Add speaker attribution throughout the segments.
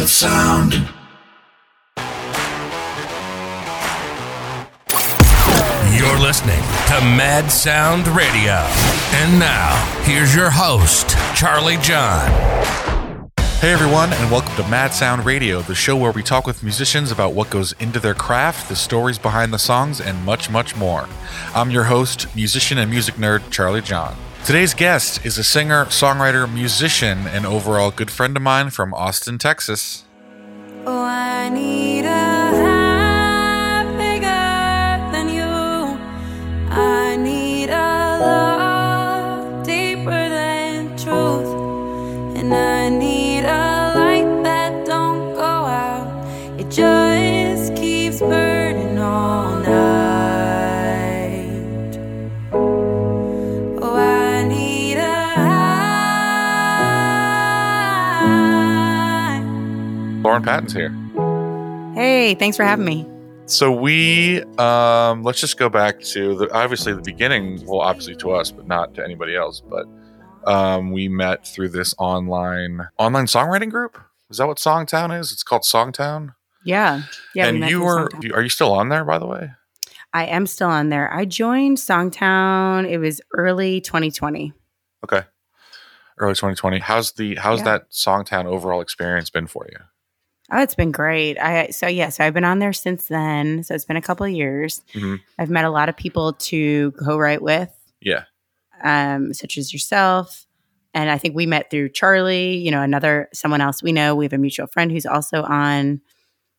Speaker 1: of sound.
Speaker 2: You're listening to Mad Sound Radio. And now, here's your host, Charlie John.
Speaker 3: Hey everyone, and welcome to Mad Sound Radio, the show where we talk with musicians about what goes into their craft, the stories behind the songs, and much, much more. I'm your host, musician and music nerd Charlie John. Today's guest is a singer, songwriter, musician, and overall good friend of mine from Austin, Texas.
Speaker 4: Oh, I need a heart bigger than you. I need a love deeper than truth. And I need a light that don't go out. It just keeps burning all night. Oh, I need a high.
Speaker 3: Lauren Patton's here.
Speaker 5: Hey, thanks for having me.
Speaker 3: So we um, let's just go back to the obviously the beginning. Well, obviously to us, but not to anybody else. But um, we met through this online online songwriting group. Is that what Songtown is? It's called Songtown.
Speaker 5: Yeah, yeah. we
Speaker 3: and
Speaker 5: met
Speaker 3: you
Speaker 5: through
Speaker 3: were
Speaker 5: Songtown.
Speaker 3: you- are you still on there by the way?
Speaker 5: I am still on there. I joined Songtown. It was early 2020.
Speaker 3: Okay, early 2020. How's the how's
Speaker 5: Yeah.
Speaker 3: that Songtown overall experience been for you?
Speaker 5: Oh, it's been great. I so yeah, so I've been on there since then. So it's been a couple of years.
Speaker 3: Mhm.
Speaker 5: I've met a lot of people to co-write with,
Speaker 3: Yeah,
Speaker 5: um, such as yourself, and I think we met through Charlie. You know, another someone else we know. We have a mutual friend who's also on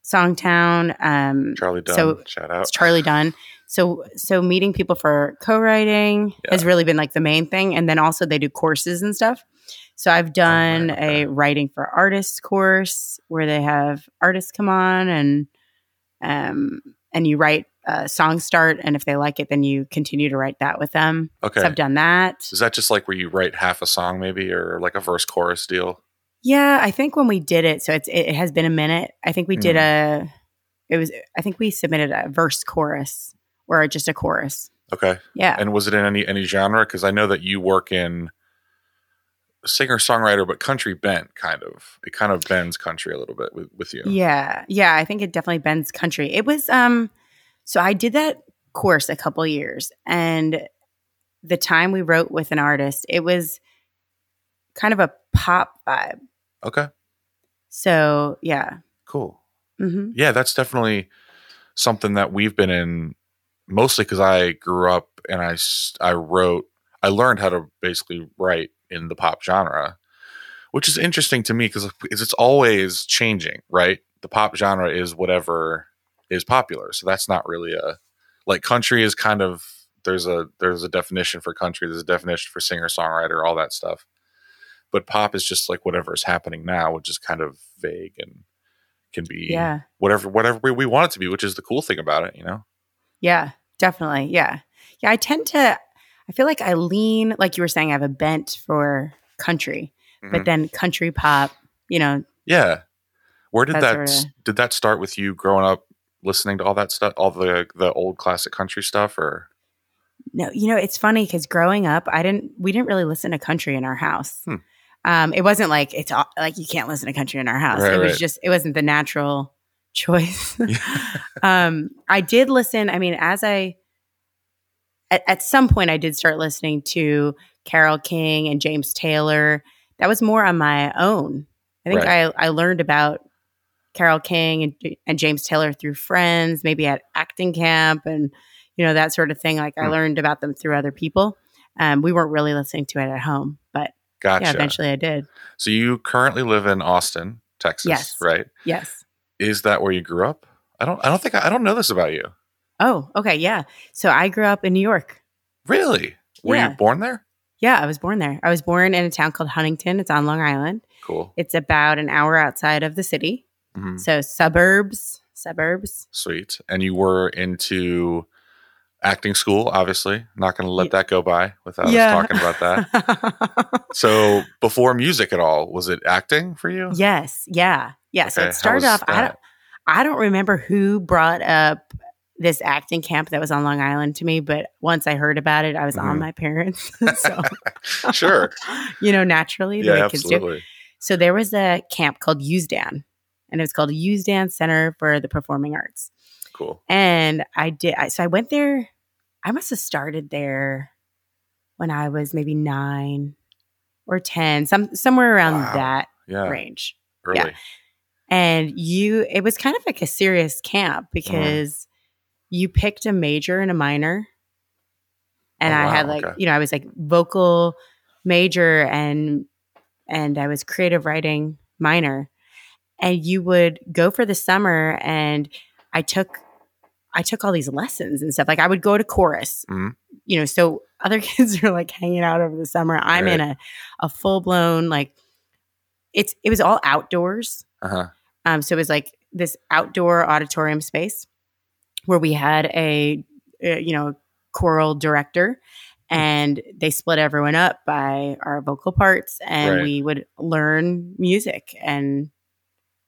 Speaker 5: Songtown. Um,
Speaker 3: Charlie Dunn.
Speaker 5: So-
Speaker 3: shout out.
Speaker 5: It's Charlie Dunn. So so meeting people for co-writing has really been like the main thing and then also they do courses and stuff. So I've done
Speaker 3: Oh, okay.
Speaker 5: a writing for artists course where they have artists come on and um and you write a song start and if they like it then you continue to write that with them.
Speaker 3: Okay.
Speaker 5: So I've done that.
Speaker 3: Is that just like where you write half a song maybe, or like a verse chorus deal?
Speaker 5: Yeah, I think when we did it so it's it, it has been a minute. I think we did
Speaker 3: Mm-hmm.
Speaker 5: a it was I think we submitted a verse chorus or just a chorus.
Speaker 3: Okay.
Speaker 5: Yeah.
Speaker 3: And was it in any any genre? Because I know that you work in singer songwriter, but country bent kind of. It kind of bends country a little bit with, with you.
Speaker 5: Yeah. Yeah. I think it definitely bends country. It was, um, so I did that course a couple years and the time we wrote with an artist, it was kind of a pop vibe.
Speaker 3: Okay.
Speaker 5: So yeah.
Speaker 3: Cool.
Speaker 5: hmm
Speaker 3: Yeah, that's definitely something that we've been in mostly because I grew up and I s- I wrote I learned how to basically write in the pop genre, which is interesting to me because it's always changing, right? The pop genre is whatever is popular, so that's not really a like country is kind of there's a there's a definition for country, there's a definition for singer songwriter, all that stuff, but pop is just like whatever is happening now, which is kind of vague and can be
Speaker 5: Yeah.
Speaker 3: whatever whatever we, we want it to be, which is the cool thing about it, you know.
Speaker 5: Yeah. Definitely. Yeah. Yeah. I tend to, I feel like I lean, like you were saying, I have a bent for country,
Speaker 3: Mhm.
Speaker 5: but then country pop, you know,
Speaker 3: Yeah. Where did
Speaker 5: That's
Speaker 3: that
Speaker 5: where
Speaker 3: s-
Speaker 5: the-
Speaker 3: did that start with you growing up listening to all that stuff, all the the old classic country stuff or
Speaker 5: No, you know, it's funny because growing up, I didn't we didn't really listen to country in our house.
Speaker 3: Hmm.
Speaker 5: Um, it wasn't like it's all, like you can't listen to country in our house.
Speaker 3: Right,
Speaker 5: it was
Speaker 3: right.
Speaker 5: just it wasn't the natural choice. um, I did listen. I mean, as I at, at some point, I did start listening to Carol King and James Taylor. That was more on my own. I think I I learned about Carol King and, and James Taylor through friends, maybe at acting camp and you know that sort of thing. Like I
Speaker 3: Hmm.
Speaker 5: learned about them through other people. Um, we weren't really listening to it at home, but
Speaker 3: gotcha.
Speaker 5: yeah, eventually I did.
Speaker 3: So you currently live in Austin, Texas,
Speaker 5: Yes.
Speaker 3: right?
Speaker 5: Yes.
Speaker 3: Is that where you grew up? I don't I don't think I, I don't know this about you.
Speaker 5: Oh, okay, yeah. So I grew up in New York.
Speaker 3: Really? Were
Speaker 5: Yeah.
Speaker 3: you born there?
Speaker 5: Yeah, I was born there. I was born in a town called Huntington. It's on Long Island.
Speaker 3: Cool.
Speaker 5: It's about an hour outside of the city.
Speaker 3: Mhm.
Speaker 5: So suburbs, suburbs.
Speaker 3: Sweet. And you were into acting school, obviously. Not going to let
Speaker 5: Ye-
Speaker 3: that go by without
Speaker 5: Yeah.
Speaker 3: us talking about that. so before music at all, was it acting for you?
Speaker 5: yes, yeah. Yeah, so
Speaker 3: Okay,
Speaker 5: it
Speaker 3: how
Speaker 5: started
Speaker 3: was
Speaker 5: off I
Speaker 3: that?
Speaker 5: don't I don't remember who brought up this acting camp that was on Long Island to me, but once I heard about it, I was
Speaker 3: Mhm.
Speaker 5: on my parents. so,
Speaker 3: sure.
Speaker 5: you know, naturally, the
Speaker 3: yeah,
Speaker 5: way kids do.
Speaker 3: absolutely.
Speaker 5: So there was a camp called Usedown, and it was called Use Dance Center for the Performing Arts.
Speaker 3: Cool.
Speaker 5: And I did. I, so I went there. I must have started there when I was maybe nine or ten, some somewhere around
Speaker 3: Wow.
Speaker 5: that
Speaker 3: Yeah.
Speaker 5: range.
Speaker 3: Early.
Speaker 5: yeah. And you, it was kind of like a serious camp because you picked a major and a minor. And
Speaker 3: Oh,
Speaker 5: I had
Speaker 3: wow,
Speaker 5: like,
Speaker 3: okay.
Speaker 5: you know, I was like vocal major and and I was creative writing minor. And you would go for the summer and I took I took all these lessons and stuff. Like I would go to chorus.
Speaker 3: Mhm.
Speaker 5: You know, so other kids are like hanging out over the summer. I'm in a a full blown like it's it was all outdoors.
Speaker 3: Uh huh.
Speaker 5: Um, so it was like this outdoor auditorium space where we had a, uh you know choral director,
Speaker 3: Hmm.
Speaker 5: and they split everyone up by our vocal parts, and
Speaker 3: Right.
Speaker 5: we would learn music and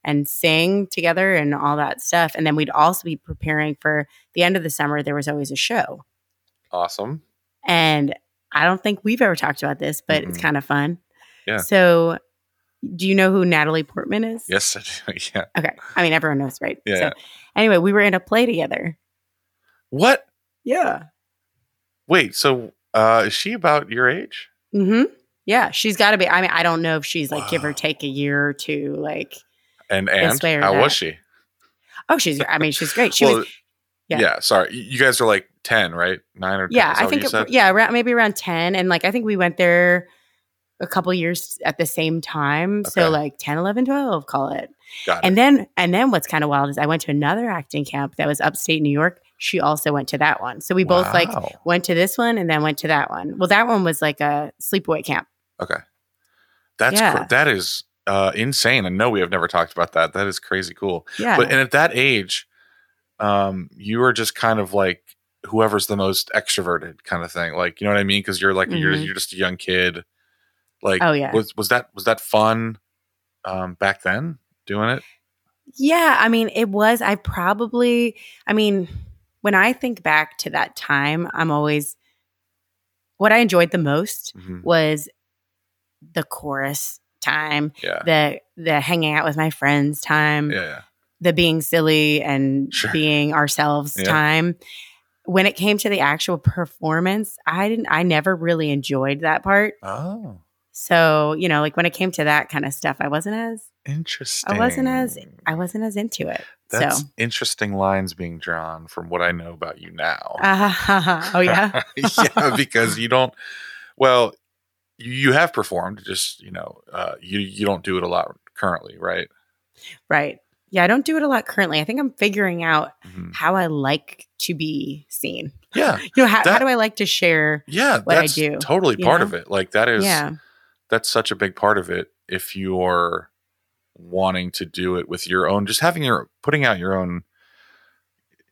Speaker 5: and sing together and all that stuff. And then we'd also be preparing for the end of the summer. There was always a show,
Speaker 3: Awesome.
Speaker 5: and I don't think we've ever talked about this, but it's
Speaker 3: Mm-mm.
Speaker 5: kind of fun.
Speaker 3: Yeah.
Speaker 5: So, do you know who Natalie Portman is?
Speaker 3: Yes. I do. yeah.
Speaker 5: Okay. I mean, everyone knows, right?
Speaker 3: Yeah.
Speaker 5: So, anyway, we were in a play together.
Speaker 3: What?
Speaker 5: Yeah.
Speaker 3: Wait. So uh, is she about your age?
Speaker 5: hmm Yeah. She's got to be. I mean, I don't know if she's like give
Speaker 3: Wow.
Speaker 5: or take a year or two. Like,
Speaker 3: And
Speaker 5: Yes,
Speaker 3: and
Speaker 5: way or
Speaker 3: how
Speaker 5: that.
Speaker 3: was she?
Speaker 5: oh, she's. I mean, she's great. She was. yeah.
Speaker 3: yeah. Sorry. You you guys are like ten, right? Nine or
Speaker 5: Yeah.
Speaker 3: Is that
Speaker 5: I
Speaker 3: what
Speaker 5: think.
Speaker 3: you
Speaker 5: It,
Speaker 3: said?
Speaker 5: yeah. Around, maybe around ten, and like I think we went there a couple years at the same time. So
Speaker 3: Okay.
Speaker 5: like 10, 11, 12, call it.
Speaker 3: Got it.
Speaker 5: And then and then what's kind of wild is I went to another acting camp that was upstate New York. She also went to that one. So we both like
Speaker 3: Wow.
Speaker 5: went to this one and then went to that one. Well, that one was like a sleepaway camp.
Speaker 3: Okay. That's
Speaker 5: Yeah.
Speaker 3: cra- that is uh, insane. I know we have never talked about that. That is crazy cool.
Speaker 5: Yeah.
Speaker 3: But and at that age, um, you are just kind of like whoever's the most extroverted kind of thing. Like you know what I mean? Because you're like you're
Speaker 5: Mhm.
Speaker 3: you're just a young kid. Like
Speaker 5: Oh, yeah.
Speaker 3: was was that was that fun um, back then doing it?
Speaker 5: Yeah, I mean, it was. I probably, I mean, when I think back to that time, I'm always, what I enjoyed the most
Speaker 3: Mhm.
Speaker 5: was the chorus time,
Speaker 3: Yeah.
Speaker 5: the the hanging out with my friends time,
Speaker 3: Yeah, yeah.
Speaker 5: the being silly and
Speaker 3: Sure.
Speaker 5: being ourselves
Speaker 3: Yeah.
Speaker 5: time. When it came to the actual performance, I didn't I never really enjoyed that part.
Speaker 3: Oh,
Speaker 5: So, you know, like when it came to that kind of stuff, I wasn't as
Speaker 3: interesting.
Speaker 5: I wasn't as I wasn't as into it.
Speaker 3: That's
Speaker 5: so
Speaker 3: interesting lines being drawn from what I know about you now.
Speaker 5: Ah, oh yeah.
Speaker 3: yeah, because you don't. Well, you, you have performed, just you know, uh, you you don't do it a lot currently, right?
Speaker 5: right. Yeah, I don't do it a lot currently. I think I'm figuring out
Speaker 3: Mhm.
Speaker 5: how I like to be seen.
Speaker 3: Yeah,
Speaker 5: You know, how, how
Speaker 3: That-
Speaker 5: do I like to share?
Speaker 3: yeah,
Speaker 5: What I
Speaker 3: that's
Speaker 5: do,
Speaker 3: totally
Speaker 5: you
Speaker 3: part
Speaker 5: know?
Speaker 3: of it. Like that is
Speaker 5: yeah.
Speaker 3: that's such a big part of it. If you're wanting to do it with your own, just having your putting out your own,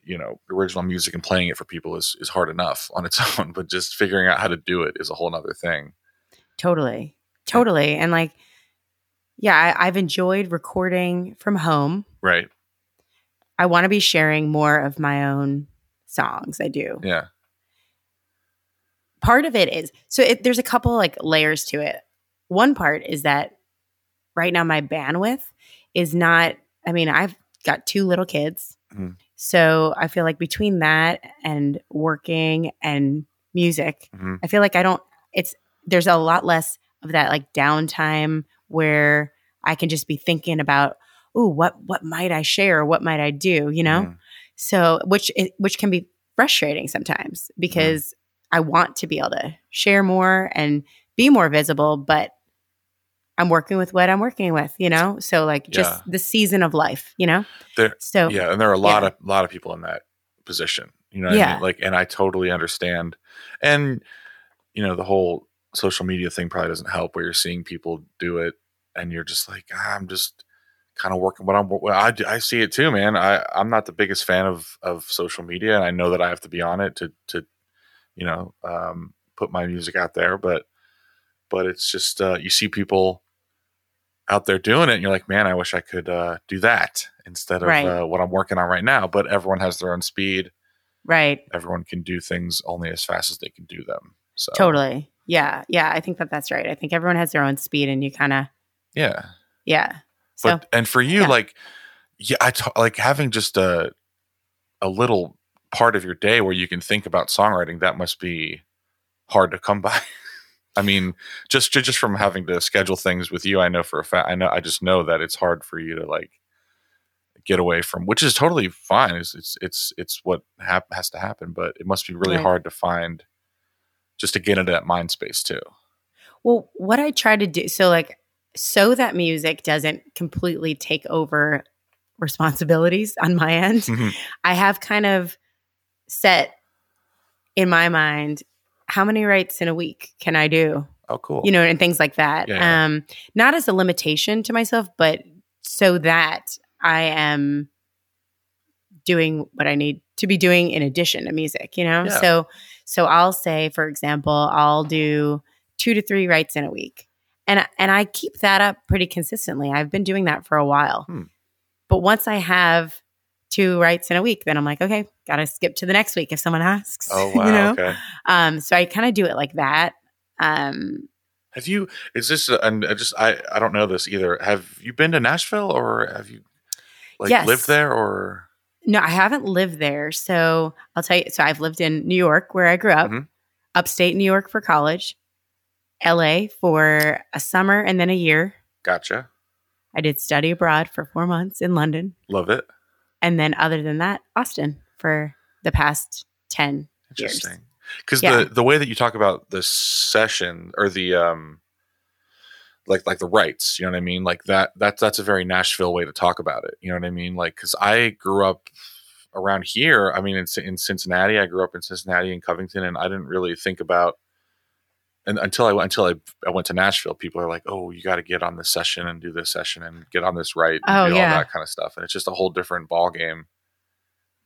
Speaker 3: you know, original music and playing it for people is is hard enough on its own. But just figuring out how to do it is a whole other thing.
Speaker 5: Totally. Totally. And like yeah, I, I've enjoyed recording from home.
Speaker 3: Right.
Speaker 5: I want to be sharing more of my own songs. I do.
Speaker 3: Yeah.
Speaker 5: part of it is so it, there's a couple like layers to it. One part is that right now my bandwidth is not. I mean, I've got two little kids,
Speaker 3: Mhm.
Speaker 5: so I feel like between that and working and music,
Speaker 3: Mhm.
Speaker 5: I feel like I don't. It's there's a lot less of that like downtime where I can just be thinking about, oh, what what might I share? What might I do? You know.
Speaker 3: Mhm.
Speaker 5: So, which i- which can be frustrating sometimes because I want to be able to share more and be more visible, but I'm working with what I'm working with, you know. So, like, just
Speaker 3: Yeah.
Speaker 5: the season of life, you know.
Speaker 3: There-
Speaker 5: so,
Speaker 3: yeah and there are a lot
Speaker 5: yeah.
Speaker 3: of lot of people in that position you know what I
Speaker 5: Yeah.
Speaker 3: mean? like and i totally understand and you know the whole social media thing probably doesn't help where you're seeing people do it and you're just like "Ah, i'm just kind of working what i'm what I, do- I see it too man i i'm not the biggest fan of of social media and i know that i have to be on it to to you know um put my music out there but but it's just uh you see people out there doing it and you're like man i wish i could uh do that instead of
Speaker 5: Right.
Speaker 3: uh, what i'm working on right now but everyone has their own speed
Speaker 5: right,
Speaker 3: everyone can do things only as fast as they can do them so
Speaker 5: totally, yeah, yeah. I think that that's right. I think everyone has their own speed, and you kind of,
Speaker 3: yeah
Speaker 5: yeah, So
Speaker 3: but and for you
Speaker 5: yeah.
Speaker 3: like yeah i t- like having just a a little part of your day where you can think about songwriting that must be hard to come by i mean just ju- just from having to schedule things with you i know for a fact i know i just know that it's hard for you to like get away from which is totally fine it's it's it's, it's what hap- has to happen but it must be really
Speaker 5: Right.
Speaker 3: hard to find just to get into that mind space too
Speaker 5: Well, what I try to do, so like, so that music doesn't completely take over responsibilities on my end,
Speaker 3: Mhm.
Speaker 5: I have kind of set in my mind how many writes in a week can I do,
Speaker 3: oh cool
Speaker 5: you know, and things like that.
Speaker 3: Yeah, yeah.
Speaker 5: Um, not as a limitation to myself, but so that I am doing what I need to be doing in addition to music, you know?
Speaker 3: Yeah.
Speaker 5: So so I'll say, for example, I'll do two to three writes in a week. And I- and I keep that up pretty consistently. I've been doing that for a while.
Speaker 3: Hmm.
Speaker 5: But once I have two writes in a week, then I'm like, okay, gotta skip to the next week if someone asks.
Speaker 3: oh wow
Speaker 5: you know?
Speaker 3: okay
Speaker 5: Um, so I kind of do it like that. Um,
Speaker 3: Have you? Is this? And I just I I don't know this either. Have you been to Nashville or have you like
Speaker 5: Yes.
Speaker 3: lived there or?
Speaker 5: no, I haven't lived there. So I'll tell you. So I've lived in New York where I grew up,
Speaker 3: Mhm.
Speaker 5: upstate New York for college, LA for a summer and then a year.
Speaker 3: Gotcha.
Speaker 5: I did study abroad for four months in London.
Speaker 3: Love it.
Speaker 5: And then other than that, Austin for the past 10 years.
Speaker 3: Interesting. Because
Speaker 5: Yeah.
Speaker 3: the the way that you talk about the session or the um like like the rights, you know what I mean? Like that that's that's a very Nashville way to talk about it. You know what I mean? Like because I grew up around here. I mean, in, Cin- in Cincinnati, I grew up in Cincinnati and Covington, and I didn't really think about. And until I went- until I, I went to Nashville, people are like, "Oh, you got to get on this session and do this session and get on this right and
Speaker 5: Oh,
Speaker 3: do
Speaker 5: yeah.
Speaker 3: all that kind of stuff." And it's just a whole different ball game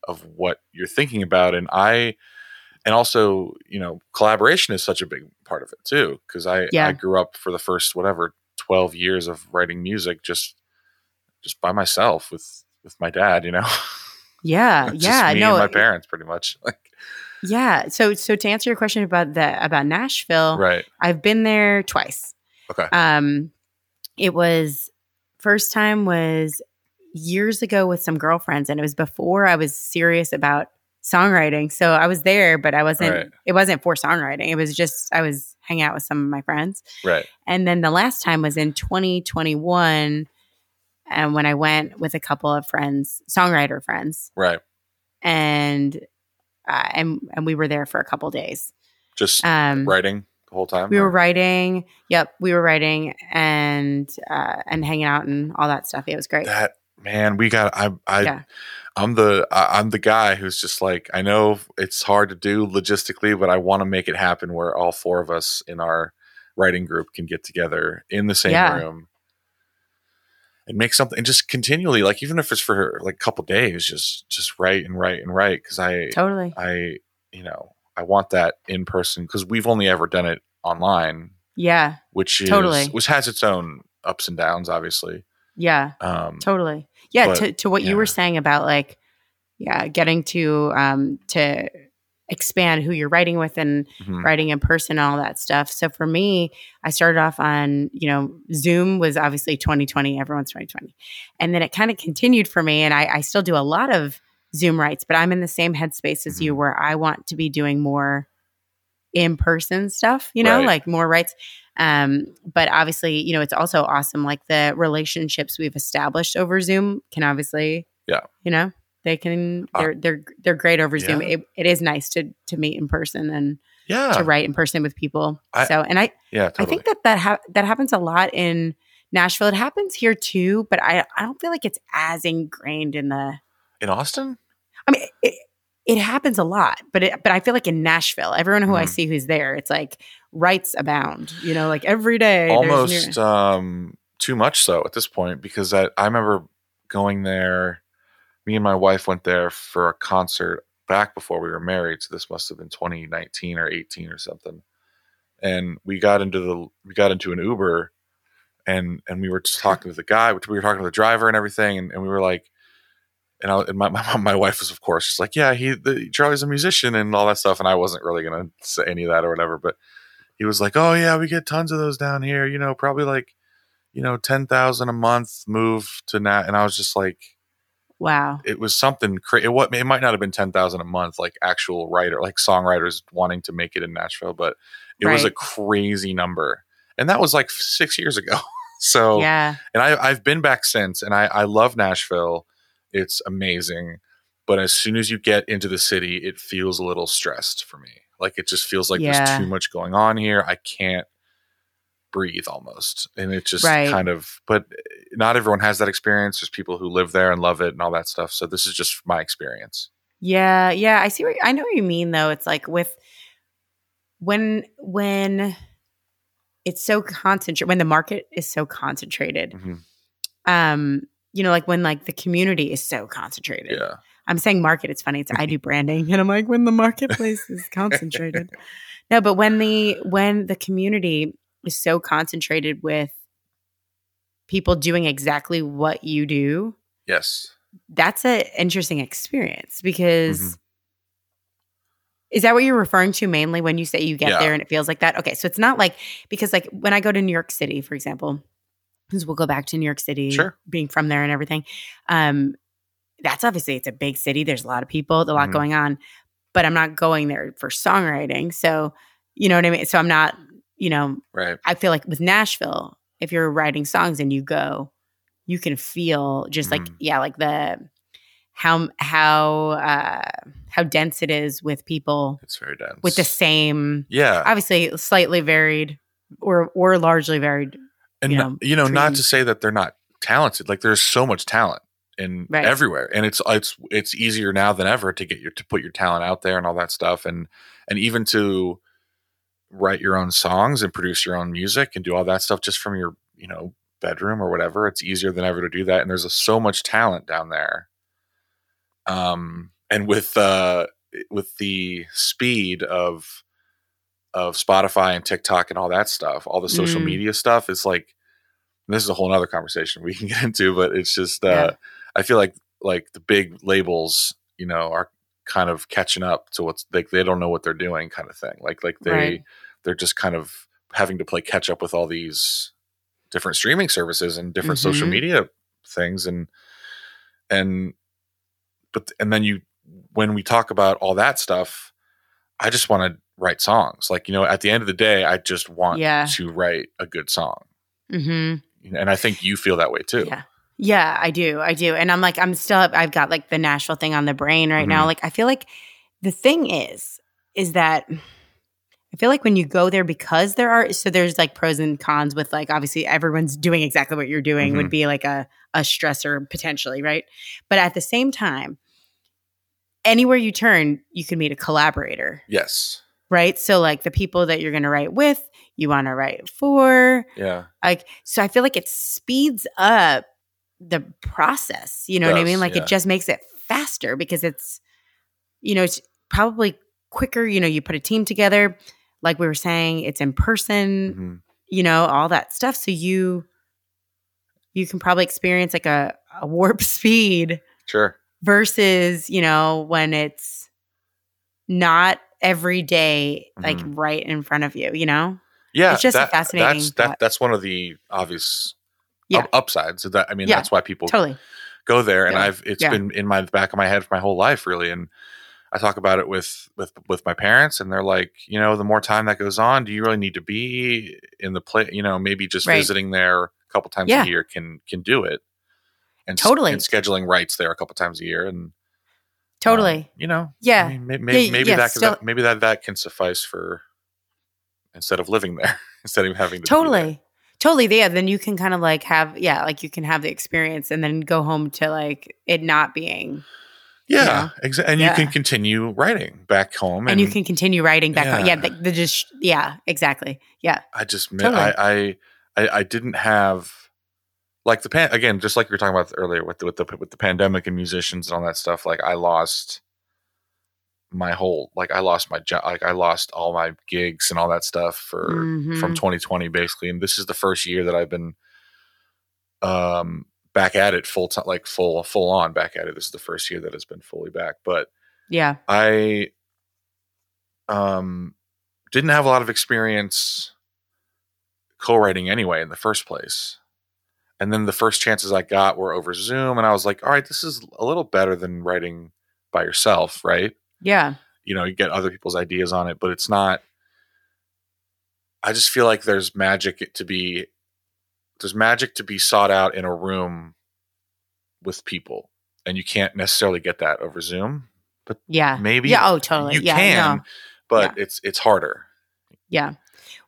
Speaker 3: of what you're thinking about. And I, and also, you know, collaboration is such a big part of it too. Cause I,
Speaker 5: Yeah.
Speaker 3: I grew up for the first, whatever, 12 years of writing music, just, just by myself with, with my dad, you know,
Speaker 5: Yeah.
Speaker 3: Just
Speaker 5: Uh, yeah.
Speaker 3: me
Speaker 5: no,
Speaker 3: and my parents pretty much like,
Speaker 5: yeah. So, so to answer your question about the, about Nashville,
Speaker 3: right.
Speaker 5: I've been there twice.
Speaker 3: Okay.
Speaker 5: Um, it was first time was years ago with some girlfriends, and it was before I was serious about songwriting. So I was there, but I wasn't.
Speaker 3: Right.
Speaker 5: It wasn't for songwriting. It was just I was hanging out with some of my friends,
Speaker 3: Right.
Speaker 5: and then the last time was in 2021, and when I went with a couple of friends, songwriter friends,
Speaker 3: Right.
Speaker 5: and uh, and and we were there for a couple days.
Speaker 3: Just
Speaker 5: Um,
Speaker 3: writing the whole time.
Speaker 5: we were
Speaker 3: or-
Speaker 5: writing yep we were writing and uh and hanging out and all that stuff it was great
Speaker 3: that man we got i i
Speaker 5: Yeah.
Speaker 3: i'm the I, i'm the guy who's just like i know it's hard to do logistically but i want to make it happen where all four of us in our writing group can get together in the same
Speaker 5: Yeah.
Speaker 3: room and make something and just continually like even if it's for like a couple days just just write and write and write because i
Speaker 5: totally
Speaker 3: i you know i want that in person because we've only ever done it online
Speaker 5: yeah
Speaker 3: which is
Speaker 5: Totally.
Speaker 3: which has its own ups and downs obviously
Speaker 5: yeah
Speaker 3: um
Speaker 5: totally yeah
Speaker 3: But,
Speaker 5: to, to what you were
Speaker 3: yeah.
Speaker 5: saying about like yeah getting to um to expand who you're writing with and
Speaker 3: mhm.
Speaker 5: writing in person and all that stuff so for me i started off on you know zoom was obviously 2020 everyone's 2020 and then it kind of continued for me and I, I still do a lot of zoom writes but i'm in the same headspace as you
Speaker 3: Mhm.
Speaker 5: where i want to be doing more in person stuff you know
Speaker 3: Right.
Speaker 5: like more writes um but obviously you know it's also awesome like the relationships we've established over zoom can obviously
Speaker 3: Yeah.
Speaker 5: you know they can
Speaker 3: Uh,
Speaker 5: they're they're they're great over zoom
Speaker 3: yeah.
Speaker 5: it, it is nice to to meet in person and
Speaker 3: yeah
Speaker 5: to write in person with people.
Speaker 3: I-
Speaker 5: so, and I,
Speaker 3: Yeah,
Speaker 5: I
Speaker 3: totally.
Speaker 5: think that that ha- that happens a lot in Nashville. It happens here too, but I, I don't feel like it's as ingrained in the.
Speaker 3: in Austin,
Speaker 5: I mean, it, it happens a lot, but it, but I feel like in Nashville, everyone who I
Speaker 3: Mhm.
Speaker 5: see who's there, it's like rights abound. You know, like every day, there's
Speaker 3: almost
Speaker 5: new-
Speaker 3: um, too much so at this point because I, I remember going there. Me and my wife went there for a concert back before we were married, so this must have been 2019 or 18 or something. And we got into the we got into an Uber, and and we were just talking to the guy, which we were talking to the driver and everything, and, and we were like. And, I, and my, my my wife was of course just like yeah he the, Charlie's a musician and all that stuff and I wasn't really gonna say any of that or whatever but he was like, "Oh yeah, we get tons of those down here. You know, probably like you know, 10,000 a month move to now. And I was just like,
Speaker 5: Wow.
Speaker 3: it was something crazy. It, wa- it might not have been 10,000 a month, like actual writer, like songwriters wanting to make it in Nashville, but it was a
Speaker 5: Right.
Speaker 3: crazy number. And that was like six years ago. so,
Speaker 5: Yeah.
Speaker 3: and I, I've been back since, and I, I love Nashville. It's amazing, but as soon as you get into the city, it feels a little stressed for me. Like it just feels like
Speaker 5: Yeah.
Speaker 3: there's too much going on here. I can't breathe almost, and it just
Speaker 5: Right.
Speaker 3: kind of. But not everyone has that experience. There's people who live there and love it and all that stuff. So this is just my experience.
Speaker 5: Yeah. Yeah. I see what I know what you mean though. It's like with when when it's so concentrated when the market is so concentrated.
Speaker 3: Mhm.
Speaker 5: Um, you know, like when like the community is so concentrated.
Speaker 3: Yeah,
Speaker 5: I'm saying market. It's funny. It's I do branding, and I'm like when the marketplace is concentrated. No, but when the when the community is so concentrated with people doing exactly what you do,
Speaker 3: yes,
Speaker 5: that's an interesting experience because
Speaker 3: Mm-hmm.
Speaker 5: is that what you're referring to mainly when you say you get
Speaker 3: Yeah.
Speaker 5: there and it feels like that? Okay, so it's not like because like when I go to New York City, for example, because we'll go back to New York City,
Speaker 3: Sure.
Speaker 5: being from there and everything. Um, that's obviously it's a big city. There's a lot of people, there's a lot
Speaker 3: Mhm.
Speaker 5: going on, but I'm not going there for songwriting. So you know what I mean. So I'm not, you know,
Speaker 3: right,
Speaker 5: I feel like with Nashville, if you're writing songs and you go, you can feel just like
Speaker 3: Mhm.
Speaker 5: yeah, like the how how uh how dense it is with people
Speaker 3: it's very dense.
Speaker 5: with the same
Speaker 3: yeah,
Speaker 5: obviously slightly varied or or largely varied
Speaker 3: and
Speaker 5: you
Speaker 3: not-
Speaker 5: know,
Speaker 3: you know, not
Speaker 5: dreams.
Speaker 3: to say that they're not talented. Like there's so much talent in
Speaker 5: Right.
Speaker 3: everywhere, and it's it's it's easier now than ever to get your to put your talent out there and all that stuff, and and even to write your own songs and produce your own music and do all that stuff just from your you know bedroom or whatever. It's easier than ever to do that, and there's a, so much talent down there. Um, and with uh with the speed of of Spotify and TikTok and all that stuff, all the social
Speaker 5: Mm.
Speaker 3: media stuff, it's like this is a whole other conversation we can get into, but it's just uh
Speaker 5: Yeah.
Speaker 3: I feel like like the big labels, you know, are kind of catching up to what's like they don't know what they're doing kind of thing. Like like they
Speaker 5: Right.
Speaker 3: they're just kind of having to play catch up with all these different streaming services and different social
Speaker 5: Mhm.
Speaker 3: media things and and but and then you when we talk about all that stuff i just want to write songs like you know at the end of the day i just want
Speaker 5: Yeah.
Speaker 3: to write a good song
Speaker 5: mm-hmm.
Speaker 3: and i think you feel that way too
Speaker 5: Yeah. Yeah, I do. I do. And I'm like, I'm still, I've got like the Nashville thing on the brain right now. Like, I feel like the thing is, is that I feel like when you go there because there are, so there's like pros and cons with like, obviously everyone's doing exactly what you're doing
Speaker 3: Mhm.
Speaker 5: would be like a, a stressor potentially, right? But at the same time, anywhere you turn, you can meet a collaborator,
Speaker 3: yes
Speaker 5: right? So, like, the people that you're going to write with, you want to write for,
Speaker 3: yeah
Speaker 5: like so i feel like it speeds up the process you know what i
Speaker 3: Does,
Speaker 5: mean like
Speaker 3: yeah.
Speaker 5: it just makes it faster because it's you know it's probably quicker you know you put a team together like we were saying it's in person
Speaker 3: Mhm.
Speaker 5: you know all that stuff so you you can probably experience like a, a warp speed
Speaker 3: sure
Speaker 5: versus you know when it's not every day, like
Speaker 3: Mhm.
Speaker 5: right in front of you you know
Speaker 3: yeah
Speaker 5: It's just a
Speaker 3: that's
Speaker 5: fascinating
Speaker 3: that,
Speaker 5: thought.
Speaker 3: that's one of the obvious
Speaker 5: Yeah.
Speaker 3: up- upsides that i mean
Speaker 5: Yeah.
Speaker 3: that's why people
Speaker 5: totally
Speaker 3: go there and
Speaker 5: Yeah.
Speaker 3: i've it's
Speaker 5: Yeah.
Speaker 3: been in my the back of my head for my whole life really and i talk about it with with with my parents and they're like you know the more time that goes on do you really need to be in the play you know maybe just
Speaker 5: Right.
Speaker 3: visiting there a couple times
Speaker 5: Yeah.
Speaker 3: a year can can do it and s-
Speaker 5: Totally.
Speaker 3: and scheduling rights there a couple times a year and um,
Speaker 5: totally
Speaker 3: you know
Speaker 5: Yeah.
Speaker 3: I mean, may- may- maybe,
Speaker 5: Yeah, yeah,
Speaker 3: that,
Speaker 5: still-
Speaker 3: that maybe that that can suffice for instead of living there instead of having to be there.
Speaker 5: totally totally yeah then you can kind of like have yeah like you can have the experience and then go home to like it not being
Speaker 3: yeah,
Speaker 5: Yeah.
Speaker 3: Exa- and you
Speaker 5: Yeah.
Speaker 3: can continue writing back home
Speaker 5: and, you can continue writing back home. yeah
Speaker 3: Yeah.
Speaker 5: the, the just yeah exactly yeah
Speaker 3: I just mi-
Speaker 5: Totally.
Speaker 3: I, I I I didn't have like the pan again, just like we were talking about earlier with the, with the with the pandemic and musicians and all that stuff. Like I lost my whole like I lost my job, like I lost all my gigs and all that stuff for from
Speaker 5: Mhm.
Speaker 3: 2020 basically, and this is the first year that I've been um back at it full time, like full full on back at it. This is the first year that it's been fully back, but
Speaker 5: yeah
Speaker 3: I um didn't have a lot of experience co-writing anyway in the first place. And then the first chances I got were over Zoom, and I was like, all right, this is a little better than writing by yourself, right?
Speaker 5: Yeah.
Speaker 3: You know, you get other people's ideas on it, but it's not. I just feel like there's magic to be there's magic to be sought out in a room with people, and you can't necessarily get that over Zoom.
Speaker 5: Yeah.
Speaker 3: Maybe
Speaker 5: Yeah. Oh, totally.
Speaker 3: you
Speaker 5: yeah.
Speaker 3: can,
Speaker 5: No.
Speaker 3: but it's it's harder.
Speaker 5: Yeah.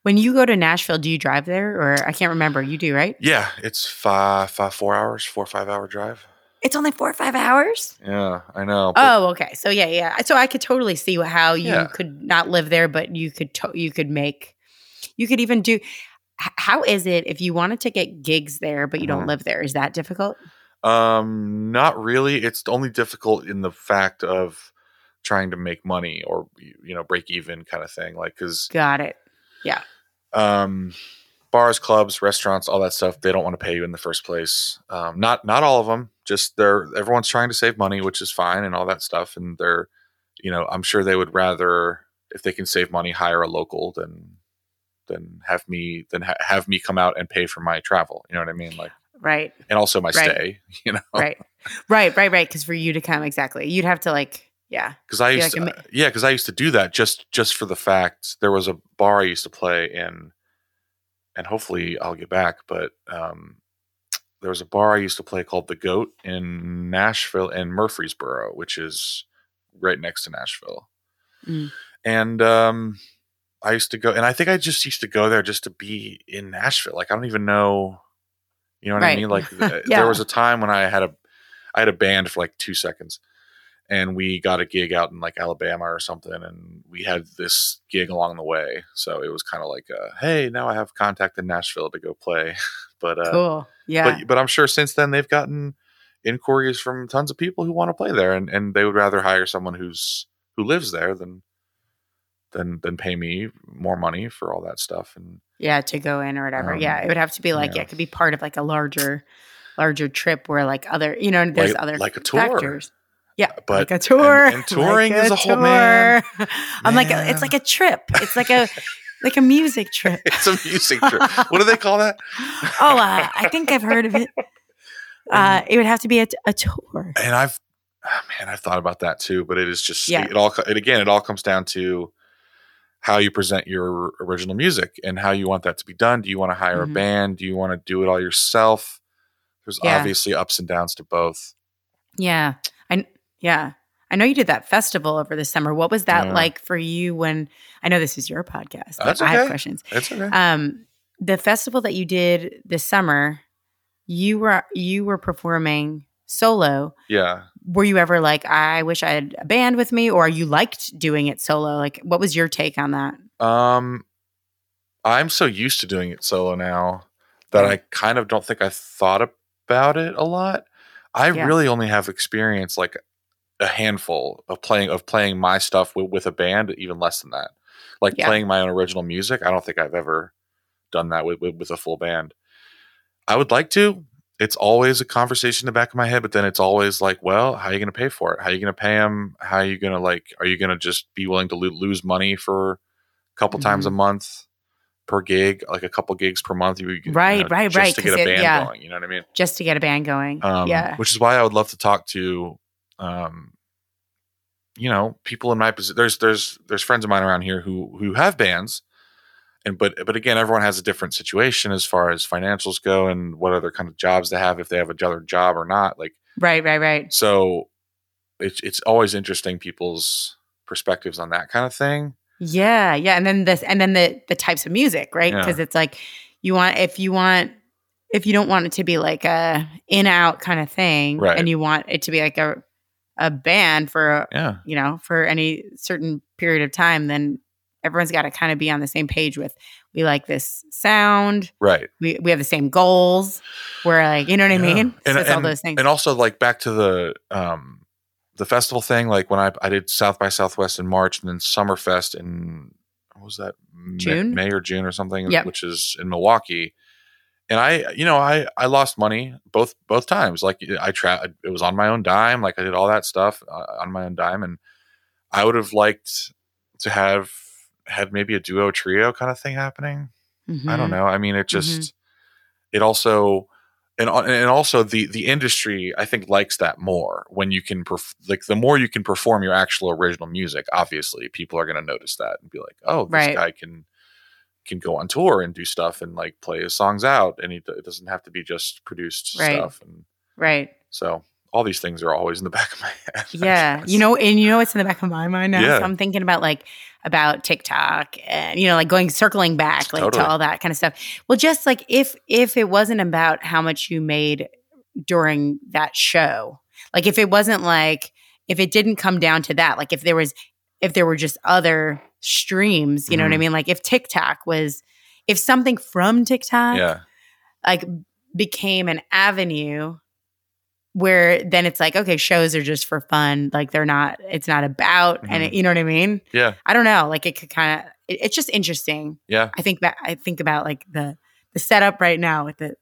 Speaker 5: When you go to Nashville, do you drive there, or I can't remember? You do, right?
Speaker 3: Yeah, it's five five four hours, four or five hour drive.
Speaker 5: It's only four or five hours.
Speaker 3: Yeah, I know. but-
Speaker 5: Oh, okay. So yeah, yeah. So I could totally see how you
Speaker 3: Yeah.
Speaker 5: could not live there, but you could to- you could make you could even do. h- How is it if you wanted to get gigs there, but you don't
Speaker 3: Mhm.
Speaker 5: live there? Is that difficult?
Speaker 3: Um, not really. It's only difficult in the fact of trying to make money or you know break even kind of thing. Like because
Speaker 5: Got it.
Speaker 3: um, bars, clubs, restaurants, all that stuff, they don't want to pay you in the first place. Um, not not all of them. Just they're everyone's trying to save money, which is fine, and all that stuff. And they're you know I'm sure they would rather if they can save money hire a local than than have me than ha- have me come out and pay for my travel. You know what I mean? Like
Speaker 5: Right.
Speaker 3: and also my
Speaker 5: Right.
Speaker 3: stay. You know.
Speaker 5: Right. right. Right. Right. Because for you to come, exactly, you'd have to like, yeah.
Speaker 3: because I
Speaker 5: Be
Speaker 3: used
Speaker 5: like a
Speaker 3: to, uh, yeah, because I used to do that just just for the fact there was a bar I used to play in, and hopefully I'll get back. But um, there was a bar I used to play called the Goat in Nashville and Murfreesboro, which is right next to Nashville,
Speaker 5: Mm.
Speaker 3: and um, I used to go, and I think I just used to go there just to be in Nashville. Like I don't even know, you know what I
Speaker 5: Right.
Speaker 3: mean? Like th-
Speaker 5: Yeah.
Speaker 3: there was a time when I had a I had a band for like two seconds, and we got a gig out in like Alabama or something, and we had this gig along the way. So it was kind of like, uh, hey, now I have contact in Nashville to go play. but uh,
Speaker 5: cool. Yeah.
Speaker 3: but but I'm sure since then they've gotten inquiries from tons of people who want to play there, and and they would rather hire someone who's who lives there than than than pay me more money for all that stuff. And
Speaker 5: yeah. To go in or whatever.
Speaker 3: Um,
Speaker 5: yeah. It would have to be like,
Speaker 3: yeah.
Speaker 5: yeah. it could be part of like a larger, larger trip where like other, you know, there's
Speaker 3: Like-
Speaker 5: other
Speaker 3: like a tour.
Speaker 5: factors. Yeah.
Speaker 3: but
Speaker 5: like a tour.
Speaker 3: and touring is a whole- man.
Speaker 5: tour. I'm like, a,
Speaker 3: Man.
Speaker 5: it's like a trip. It's like a, like a music trip.
Speaker 3: it's a music trip. What do they call that?
Speaker 5: oh, uh, I think I've heard of it.
Speaker 3: Um,
Speaker 5: Uh, it would have to be a, t- a tour.
Speaker 3: and I've ah, man, I've thought about that too, but it is just
Speaker 5: Yeah.
Speaker 3: it all co- it again, it all comes down to how you present your original music and how you want that to be done. Do you want to hire
Speaker 5: Mhm.
Speaker 3: a band? Do you want to do it all yourself? There's
Speaker 5: Yeah.
Speaker 3: obviously ups and downs to both.
Speaker 5: Yeah. I yeah. I know you did that festival over the summer. What was that
Speaker 3: Yeah.
Speaker 5: like for you when I know this is your podcast. but
Speaker 3: That's
Speaker 5: I
Speaker 3: okay.
Speaker 5: have questions.
Speaker 3: It's okay.
Speaker 5: Um the festival that you did this summer, you were you were performing solo.
Speaker 3: yeah.
Speaker 5: Were you ever like, I wish I had a band with me or you liked doing it solo? Like what was your take on that?
Speaker 3: Um I'm so used to doing it solo now that
Speaker 5: Mm-hmm.
Speaker 3: I kind of don't think I thought about it a lot. I
Speaker 5: Yeah.
Speaker 3: really only have experience like a handful of playing of playing my stuff with, with a band, even less than that. Like
Speaker 5: Yeah.
Speaker 3: playing my own original music, I don't think I've ever done that with, with with a full band. I would like to. It's always a conversation in the back of my head, but then it's always like, well, how are you going to pay for it? How are you going to pay them? How are you going to like? Are you going to just be willing to lo- lose money for a couple times a
Speaker 5: Mm-hmm.
Speaker 3: month per gig, like a couple gigs per month? You, you
Speaker 5: Right,
Speaker 3: know,
Speaker 5: right,
Speaker 3: just
Speaker 5: right,
Speaker 3: To get
Speaker 5: 'cause
Speaker 3: a
Speaker 5: it-
Speaker 3: band
Speaker 5: yeah.
Speaker 3: going, you know what I mean?
Speaker 5: Just to get a band going.
Speaker 3: um,
Speaker 5: yeah.
Speaker 3: which is why I would love to talk to, um, you know, people in my position. There's there's there's friends of mine around here who who have bands, and but but again, everyone has a different situation as far as financials go and what other kind of jobs they have if they have another job or not. Like
Speaker 5: Right, right, right.
Speaker 3: so, it's it's always interesting people's perspectives on that kind of thing.
Speaker 5: Yeah, yeah, and then this, and then the the types of music, right?
Speaker 3: Yeah.
Speaker 5: Because it's like you want if you want if you don't want it to be like a in out kind of thing,
Speaker 3: Right.
Speaker 5: and you want it to be like a a band for
Speaker 3: Yeah,
Speaker 5: you know for any certain period of time, then everyone's got to kind of be on the same page with we like this sound,
Speaker 3: right.
Speaker 5: we we have the same goals, we're like you know what I
Speaker 3: Yeah.
Speaker 5: mean? So
Speaker 3: And-
Speaker 5: it's all those things.
Speaker 3: and also like back to the um the festival thing like when i i did south by southwest in march and then summerfest in what was that Ma-
Speaker 5: June?
Speaker 3: may or june or something
Speaker 5: Yep.
Speaker 3: which is in milwaukee and i you know i i lost money both both times like i tra- it was on my own dime like i did all that stuff uh, on my own dime and i would have liked to have had maybe a duo
Speaker 5: Mm-hmm.
Speaker 3: trio kind of thing happening I don't
Speaker 5: Mhm.
Speaker 3: know. I mean, it just it also and uh, and also the the industry I think likes that more when you can perf- like the more you can perform your actual original music. Obviously, people are going to notice that and be like, "Oh, this
Speaker 5: Right.
Speaker 3: guy can can go on tour and do stuff and like play his songs out, and he, d- it doesn't have to be just produced
Speaker 5: Right.
Speaker 3: stuff." And
Speaker 5: Right.
Speaker 3: so all these things are always in the back of my head. I
Speaker 5: Yeah.
Speaker 3: guess.
Speaker 5: You know, and you know what's in the back of my mind now?
Speaker 3: Yeah.
Speaker 5: So I'm thinking about like about TikTok and you know, like going circling back like
Speaker 3: Totally.
Speaker 5: to all that kind of stuff. Well, just like if if it wasn't about how much you made during that show, like if it wasn't like if it didn't come down to that, like if there was if there were just other streams, you know
Speaker 3: Mm-hmm.
Speaker 5: what I mean? Like if TikTok was if something from TikTok
Speaker 3: yeah,
Speaker 5: like became an avenue where then it's like okay shows are just for fun like they're not it's not about and
Speaker 3: Mm-hmm.
Speaker 5: it, you know what i mean
Speaker 3: yeah,
Speaker 5: i don't know like it could kind of it, it's just interesting
Speaker 3: yeah.
Speaker 5: i think that i think about like the the setup right now with the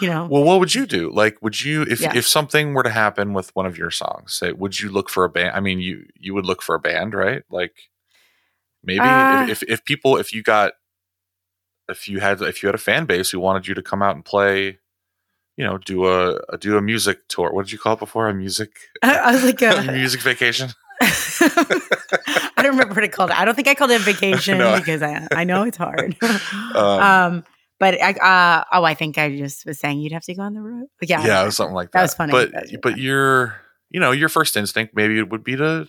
Speaker 5: you know
Speaker 3: Well, what would you do? Like, would you if
Speaker 5: Yeah.
Speaker 3: if something were to happen with one of your songs? Say, would you look for a band? I mean, you you would look for a band, right? Like, maybe
Speaker 5: Uh,
Speaker 3: if, if if people if you got if you had if you had a fan base who wanted you to come out and play, you know, do a, a do a music tour. What did you call it before? A music
Speaker 5: I, I was like
Speaker 3: a
Speaker 5: uh,
Speaker 3: music vacation.
Speaker 5: i don't remember what i called it i don't think i called it vacation
Speaker 3: No.
Speaker 5: because i i know it's hard um,
Speaker 3: Um,
Speaker 5: but i uh oh i think i just was saying you'd have to go on the road yeah
Speaker 3: yeah, it was something like that.
Speaker 5: That was funny.
Speaker 3: But
Speaker 5: That was
Speaker 3: but
Speaker 5: funny.
Speaker 3: your you know your first instinct maybe it would be to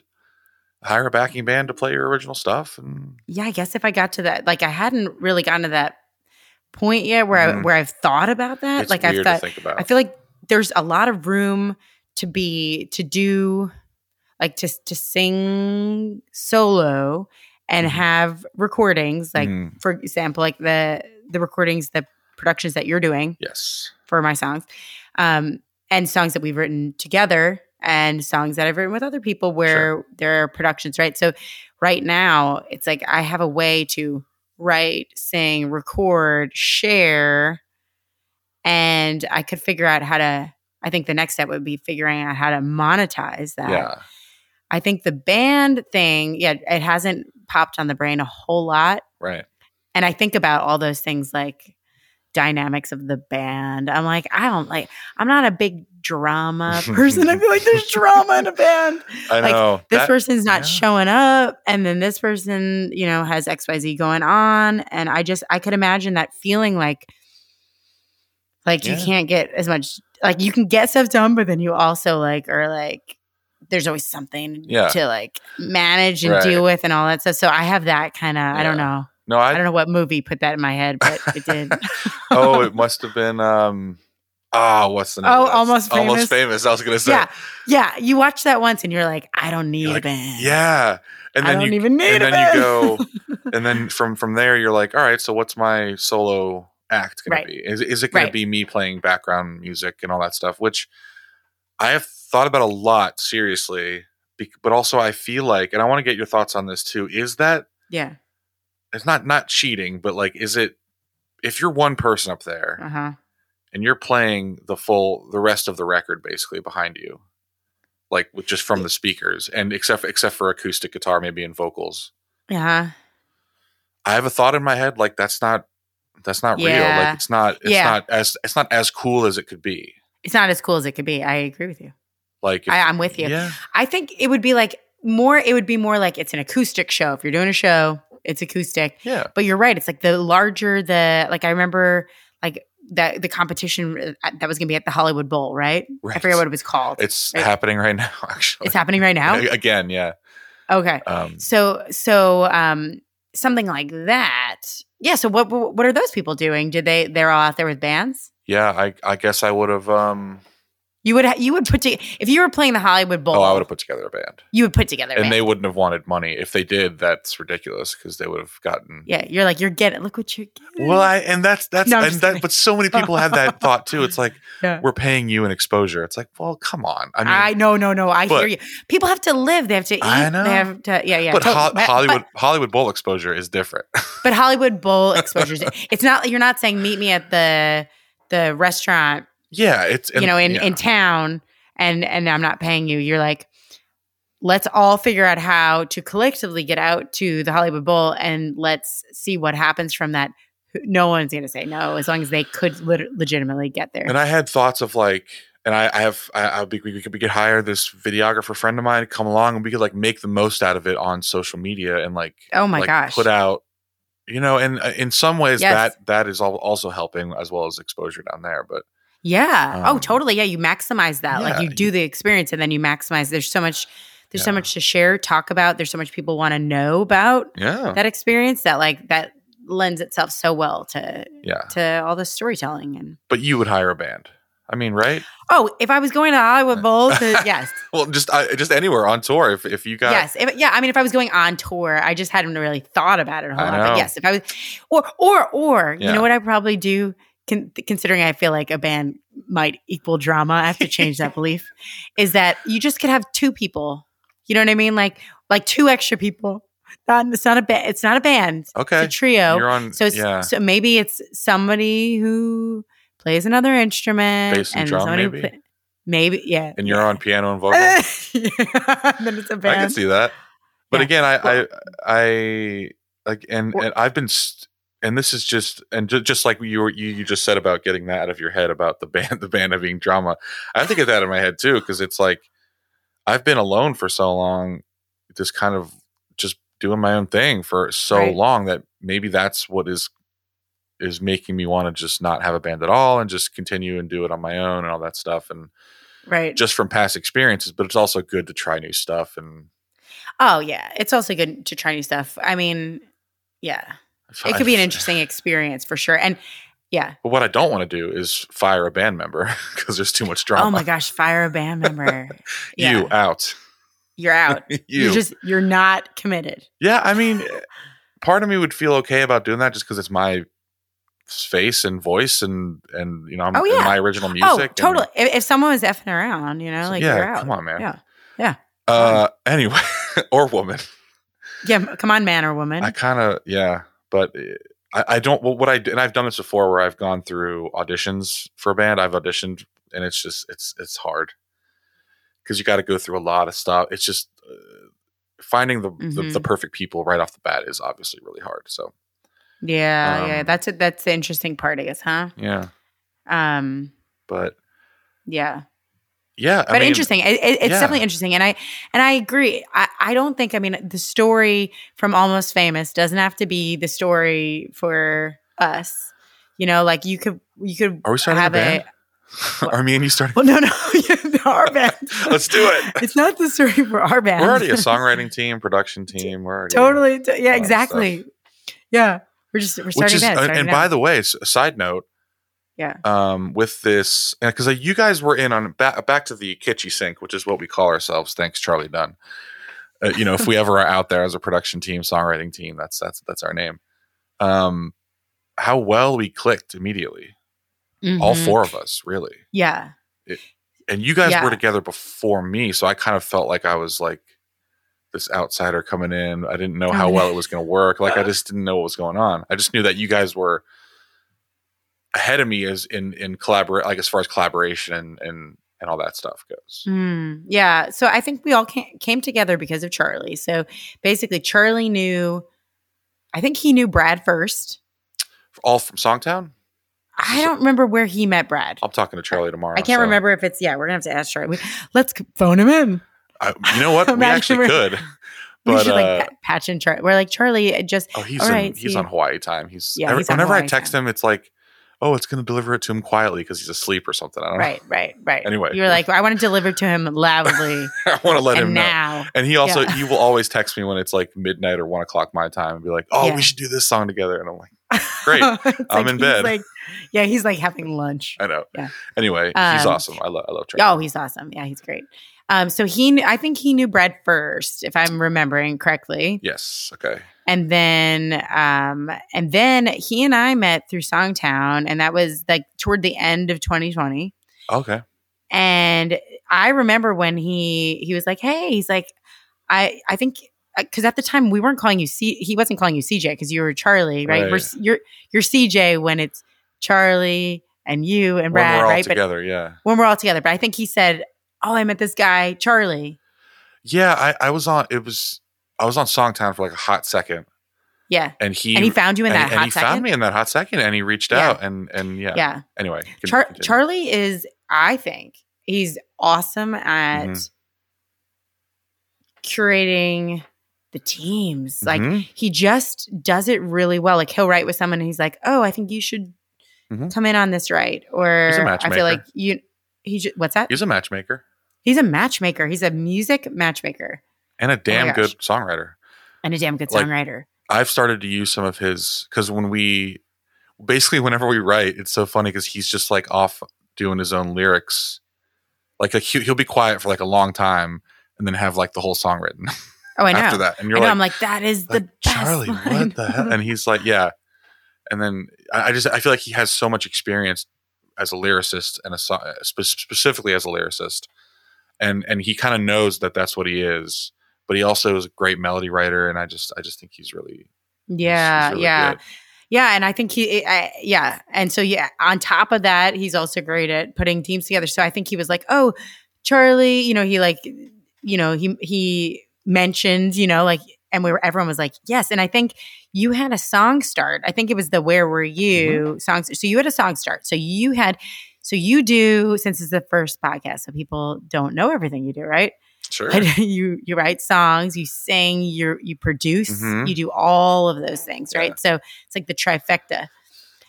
Speaker 3: hire a backing band to play your original stuff and
Speaker 5: yeah, I guess if I got to that, like I hadn't really gotten to that point yet where I,
Speaker 3: Mhm.
Speaker 5: where I've thought about that.
Speaker 3: it's
Speaker 5: like
Speaker 3: weird
Speaker 5: I've thought,
Speaker 3: to think about.
Speaker 5: I feel like there's a lot of room to be to do, like to to sing solo and
Speaker 3: Mhm.
Speaker 5: have recordings. Like
Speaker 3: Mm,
Speaker 5: for example, like the the recordings, the productions that you're doing
Speaker 3: yes.
Speaker 5: for my songs, um, and songs that we've written together and songs that I've written with other people where there are productions, right? So right now it's like I have a way to write, sing, record, share, and I could figure out how to I think the next step would be figuring out how to monetize that.
Speaker 3: Yeah.
Speaker 5: I think the band thing, yeah, it hasn't popped on the brain a whole lot
Speaker 3: Right.
Speaker 5: and I think about all those things like dynamics of the band. I'm like, I don't like, I'm not a big drama person. I feel like there's drama in a band.
Speaker 3: I
Speaker 5: Like,
Speaker 3: know.
Speaker 5: This
Speaker 3: That-
Speaker 5: person's not
Speaker 3: yeah.
Speaker 5: showing up. And then this person, you know, has XYZ going on. And I just, I could imagine that feeling like, like
Speaker 3: Yeah.
Speaker 5: you can't get as much, like you can get stuff done, but then you also like are like, there's always something
Speaker 3: Yeah.
Speaker 5: to like manage and
Speaker 3: Right.
Speaker 5: deal with and all that stuff. So I have that kind of, I don't
Speaker 3: Yeah.
Speaker 5: know.
Speaker 3: no,
Speaker 5: I
Speaker 3: I,
Speaker 5: don't know what movie put that in my head, but it did.
Speaker 3: oh, it must have been, um, ah, what's the name?
Speaker 5: Oh,
Speaker 3: of that?
Speaker 5: Almost
Speaker 3: Almost
Speaker 5: Famous.
Speaker 3: famous. I was going to say,
Speaker 5: yeah, yeah. You watch that once, and you're like, I don't need
Speaker 3: like,
Speaker 5: a band.
Speaker 3: yeah. And
Speaker 5: I
Speaker 3: then
Speaker 5: don't
Speaker 3: you,
Speaker 5: even need
Speaker 3: and then
Speaker 5: a band.
Speaker 3: you go, and then from, from there, you're like, all right, so what's my solo act going to
Speaker 5: Right.
Speaker 3: be? Is, is it going
Speaker 5: Right.
Speaker 3: to be me playing background music and all that stuff, which I have thought about a lot seriously, bec- but also I feel like, and I want to get your thoughts on this too. Is that
Speaker 5: yeah.
Speaker 3: it's not not cheating, but like, is it if you're one person up there
Speaker 5: Uh huh.
Speaker 3: and you're playing the full the rest of the record basically behind you, like with just from the speakers and except except for acoustic guitar maybe and vocals,
Speaker 5: Yeah.
Speaker 3: I have a thought in my head like that's not that's not real.
Speaker 5: Yeah.
Speaker 3: Like it's not it's
Speaker 5: Yeah.
Speaker 3: not as it's not as cool as it could be.
Speaker 5: It's not as cool as it could be. I agree with you.
Speaker 3: Like if-
Speaker 5: I, I'm with you.
Speaker 3: yeah,
Speaker 5: I think it would be like more. It would be more like it's an acoustic show. If you're doing a show, it's acoustic.
Speaker 3: yeah,
Speaker 5: But you're right. It's like the larger the like. I remember like that the competition uh, that was going to be at the Hollywood Bowl, right? I
Speaker 3: Right.
Speaker 5: forget what it was called. It's,
Speaker 3: it's
Speaker 5: Right.
Speaker 3: happening right now. Actually,
Speaker 5: happening right now.
Speaker 3: again. Yeah,
Speaker 5: Okay.
Speaker 3: um,
Speaker 5: So so um something like that. Yeah, so what what are those people doing? Did they they're all out there with bands?
Speaker 3: yeah. I I guess I would have. Um,
Speaker 5: You would ha- you would put to- if you were playing the Hollywood Bowl,
Speaker 3: oh, I would have put together a band.
Speaker 5: you would put together a
Speaker 3: and
Speaker 5: band.
Speaker 3: they wouldn't have wanted money if they did that's ridiculous because they would have gotten
Speaker 5: yeah, you're like you're getting look what you're getting.
Speaker 3: well i and that's that's
Speaker 5: No, I'm
Speaker 3: and
Speaker 5: just
Speaker 3: that
Speaker 5: kidding.
Speaker 3: but so many people have that thought too it's like
Speaker 5: Yeah.
Speaker 3: we're paying you an exposure it's like well come on i
Speaker 5: I,
Speaker 3: mean
Speaker 5: no no no I
Speaker 3: but-
Speaker 5: hear you. People have to live, they have to eat,
Speaker 3: I know.
Speaker 5: they have to yeah yeah.
Speaker 3: but
Speaker 5: To-
Speaker 3: Hol- hollywood hollywood bowl exposure is different
Speaker 5: but, but Hollywood Bowl exposures. it's not you're not saying meet me at the the restaurant
Speaker 3: yeah it's and-
Speaker 5: you know, in,
Speaker 3: yeah.
Speaker 5: in town and and I'm not paying you. You're like, let's all figure out how to collectively get out to the Hollywood Bowl and let's see what happens from that. no one's going to say no as long as they could lit- legitimately get there.
Speaker 3: And I had thoughts of like, and I, I have, I, I think we could, we could hire this videographer friend of mine to come along, and we could like make the most out of it on social media and like,
Speaker 5: oh my
Speaker 3: like,
Speaker 5: gosh.
Speaker 3: put out, you know, and uh, in some ways
Speaker 5: Yes.
Speaker 3: that that is al- also helping as well as exposure down there. But
Speaker 5: yeah. oh,
Speaker 3: Um,
Speaker 5: totally. Yeah. You maximize that. like
Speaker 3: yeah,
Speaker 5: you do the experience and then you maximize. There's so much, there's so
Speaker 3: Yeah.
Speaker 5: much to share, talk about. There's so much people want to know about
Speaker 3: yeah,
Speaker 5: that experience that like that lends itself so well to,
Speaker 3: yeah.
Speaker 5: to all the storytelling and,
Speaker 3: But you would hire a band. I mean, right?
Speaker 5: Oh, if I was going to Hollywood Bowl, to, yes,
Speaker 3: Well, just I, just anywhere on tour. If if you got
Speaker 5: yes, if, yeah. I mean, if I was going on tour, I just hadn't really thought about it a whole
Speaker 3: I
Speaker 5: lot. But
Speaker 3: know.
Speaker 5: yes, if I was, or or or, you
Speaker 3: Yeah.
Speaker 5: know what, I probably do. Con- considering I feel like a band might equal drama, I have to change that belief. Is that you just could have two people? You know what I mean? Like like two extra people. Not it's not a ba- it's not a band.
Speaker 3: okay,
Speaker 5: It's a trio.
Speaker 3: you're on.
Speaker 5: So it's,
Speaker 3: yeah,
Speaker 5: so maybe it's somebody who plays another instrument
Speaker 3: Bass and drum,
Speaker 5: somebody who
Speaker 3: maybe?
Speaker 5: pla- maybe yeah.
Speaker 3: and you're on piano and vocal.
Speaker 5: yeah,
Speaker 3: I
Speaker 5: and then it's a band.
Speaker 3: can see that. But
Speaker 5: Yeah.
Speaker 3: again, I
Speaker 5: Well-
Speaker 3: I I like and
Speaker 5: Or-
Speaker 3: and I've been. St- and this is just and ju- just like you were, you you just said about getting that out of your head about the band the band having drama. I have to get that in my head too because it's like I've been alone for so long, just kind of just doing my own thing for so
Speaker 5: Right.
Speaker 3: long that maybe that's what is is making me want to just not have a band at all and just continue and do it on my own and all that stuff and
Speaker 5: right.
Speaker 3: just from past experiences, but it's also good to try new stuff. And
Speaker 5: oh yeah, it's also good to try new stuff. I mean, yeah, it could be an interesting experience for sure. And yeah,
Speaker 3: But what I don't want to do is fire a band member because there's too much drama.
Speaker 5: oh my gosh, fire a band member. Yeah,
Speaker 3: You out.
Speaker 5: you're out.
Speaker 3: you.
Speaker 5: You're just you're not committed.
Speaker 3: yeah, I mean, part of me would feel okay about doing that just because it's my face and voice and and you know I'm
Speaker 5: Oh,
Speaker 3: and
Speaker 5: yeah.
Speaker 3: my original music.
Speaker 5: oh,
Speaker 3: and-
Speaker 5: totally. If, if someone was effing around, you know,
Speaker 3: so
Speaker 5: like
Speaker 3: yeah,
Speaker 5: you're out.
Speaker 3: come on, man.
Speaker 5: Yeah. Yeah.
Speaker 3: Uh, anyway, or woman.
Speaker 5: Yeah, come on, man or woman.
Speaker 3: I kind of yeah, but eh, I, I don't. Well, what I d- and I've done this before, where I've gone through auditions for a band. I've auditioned, and it's just it's it's hard because you got to go through a lot of stuff. It's just uh, finding the, the the
Speaker 5: Mhm.
Speaker 3: perfect people right off the bat is obviously really hard. So
Speaker 5: yeah, yeah.
Speaker 3: um,
Speaker 5: That's it. That's the interesting part, I guess, huh?
Speaker 3: yeah,
Speaker 5: Um,
Speaker 3: but
Speaker 5: yeah.
Speaker 3: yeah,
Speaker 5: but interesting. It, it- it's
Speaker 3: yeah.
Speaker 5: definitely interesting, and I and I agree. I, I don't think. I mean, the story from Almost Famous doesn't have to be the story for us. You know, like you could you could
Speaker 3: Are we starting a
Speaker 5: have
Speaker 3: band?
Speaker 5: what?
Speaker 3: Are me and you starting?
Speaker 5: well, no, no, our band.
Speaker 3: Let's do it.
Speaker 5: It's not the story for our band.
Speaker 3: We're already a songwriting team, production team. We're already
Speaker 5: totally. t- yeah,
Speaker 3: lot of
Speaker 5: exactly. Yeah, we're just we're starting
Speaker 3: which is
Speaker 5: a band.
Speaker 3: and,
Speaker 5: starting
Speaker 3: and
Speaker 5: a
Speaker 3: by
Speaker 5: band.
Speaker 3: the way s- a side note
Speaker 5: Yeah.
Speaker 3: um with this because you guys were in on back, back to the kitschy sink which is what we call ourselves thanks charlie dunn uh, you know if we ever are out there as a production team songwriting team that's that's that's our name um how well we clicked immediately all
Speaker 5: Mhm.
Speaker 3: four of us really
Speaker 5: Yeah,
Speaker 3: and you guys
Speaker 5: Yeah.
Speaker 3: were together before me so i kind of felt like i was like this outsider coming in i didn't know how
Speaker 5: Coming
Speaker 3: well
Speaker 5: in.
Speaker 3: it was going to work like i just didn't know what was going on i just knew that you guys were ahead of me as in in collaborate like as far as collaboration and and, and all that stuff goes
Speaker 5: Mm, yeah. So I think we all came, came together because of Charlie. So basically, Charlie knew, I think he knew Brad first.
Speaker 3: all from songtown
Speaker 5: I don't remember where he met Brad.
Speaker 3: i'm talking to charlie tomorrow
Speaker 5: I can't
Speaker 3: Oh, so-
Speaker 5: remember if it's, yeah, we're going to have to ask Charlie. We- Let's c- phone him in.
Speaker 3: I, you know what we
Speaker 5: Imagine
Speaker 3: actually
Speaker 5: we're-
Speaker 3: could
Speaker 5: we
Speaker 3: but
Speaker 5: should like
Speaker 3: uh,
Speaker 5: pa- patch and Charlie. We're like, Charlie, it just,
Speaker 3: oh he's
Speaker 5: all
Speaker 3: in,
Speaker 5: right,
Speaker 3: he's
Speaker 5: see.
Speaker 3: on hawaii time he's,
Speaker 5: Yeah,
Speaker 3: every-
Speaker 5: he's on
Speaker 3: whenever i
Speaker 5: Hawaii
Speaker 3: text him it's like oh it's going to deliver it to him quietly because he's asleep or something i don't
Speaker 5: right, right, right.
Speaker 3: Oh. Anyway.
Speaker 5: You're like, I want to deliver to him loudly.
Speaker 3: know i want to let
Speaker 5: and
Speaker 3: him know
Speaker 5: now.
Speaker 3: And he also
Speaker 5: Yeah.
Speaker 3: he will always text me when it's like midnight or one o'clock my time and be like, "Oh,
Speaker 5: Yeah.
Speaker 3: we should do this song together." And I'm like, Great.
Speaker 5: It's
Speaker 3: I'm in
Speaker 5: he's
Speaker 3: bed.
Speaker 5: Like, yeah, he's like having lunch.
Speaker 3: "I know."
Speaker 5: Yeah.
Speaker 3: Anyway, he's
Speaker 5: Um,
Speaker 3: awesome. I love I love Trey.
Speaker 5: Oh, he's awesome. Yeah, he's great. Um, so he, kn- I think he knew Brad first, if I'm remembering correctly,
Speaker 3: yes. Okay.
Speaker 5: and then, um, and then he and I met through Songtown, and that was like toward the end of 2020.
Speaker 3: Okay.
Speaker 5: And I remember when he he was like, "Hey," he's like, "I I think." Because at the time we weren't calling you C, he wasn't calling you CJ because you were Charlie, right?
Speaker 3: Right.
Speaker 5: We're, s- you're you're CJ when it's Charlie and you and
Speaker 3: when
Speaker 5: Brad,
Speaker 3: we're all
Speaker 5: right? But
Speaker 3: together, yeah.
Speaker 5: when we're all together. But I think he said, "Oh, I met this guy, Charlie."
Speaker 3: Yeah, I I was on it was I was on Songtown for like a hot second.
Speaker 5: Yeah.
Speaker 3: and he
Speaker 5: and he found you in
Speaker 3: and-
Speaker 5: that
Speaker 3: and
Speaker 5: hot
Speaker 3: he
Speaker 5: second.
Speaker 3: found me in that hot second, and he reached
Speaker 5: Yeah.
Speaker 3: out, and and yeah.
Speaker 5: yeah.
Speaker 3: Anyway, can-
Speaker 5: Char-
Speaker 3: continue.
Speaker 5: Charlie is, I think, he's awesome at
Speaker 3: Mhm.
Speaker 5: curating the teams. Like
Speaker 3: Mhm.
Speaker 5: he just does it really well. Like he'll write with someone and he's like, "Oh, I think you should
Speaker 3: Mhm.
Speaker 5: come in on this right," or
Speaker 3: He's a
Speaker 5: I
Speaker 3: matchmaker.
Speaker 5: feel like you. He ju- what's that?
Speaker 3: he's a matchmaker
Speaker 5: He's a matchmaker. He's a music matchmaker
Speaker 3: and a damn
Speaker 5: Oh gosh.
Speaker 3: good songwriter.
Speaker 5: and a damn good
Speaker 3: Like-
Speaker 5: songwriter.
Speaker 3: I've started to use some of his because when we basically whenever we write, it's so funny because he's just like off doing his own lyrics. Like, like he, he'll be quiet for like a long time and then have like the whole song written
Speaker 5: Oh, I know.
Speaker 3: after that. And
Speaker 5: I
Speaker 3: you're
Speaker 5: know. I'm
Speaker 3: like,
Speaker 5: like, "Hmm." that is the
Speaker 3: like,
Speaker 5: best
Speaker 3: Charlie,
Speaker 5: line."
Speaker 3: what the hell? And he's like, yeah. And then I, I just I feel like he has so much experience as a lyricist and a so- spe- specifically as a lyricist, and and he kind of knows that that's what he is. But he also is a great melody writer, and I just I just think he's really he's-
Speaker 5: yeah,
Speaker 3: he's really
Speaker 5: yeah.
Speaker 3: good.
Speaker 5: Yeah, and I think he, I, yeah, and so yeah. On top of that, he's also great at putting teams together. So I think he was like, "Oh, Charlie," you know, he like, you know, he he mentioned, you know, like, and we were everyone was like, "Yes," and I think you had a song start. I think it was the "Where Were
Speaker 3: Mm-hmm.
Speaker 5: You" songs. So you had a song start. So you had, so you do since it's the first podcast, so people don't know everything you do, right?
Speaker 3: Sure.
Speaker 5: But you you write songs, you sing, you you produce,
Speaker 3: Mhm.
Speaker 5: you do all of those things,
Speaker 3: Yeah.
Speaker 5: right? So it's like the trifecta.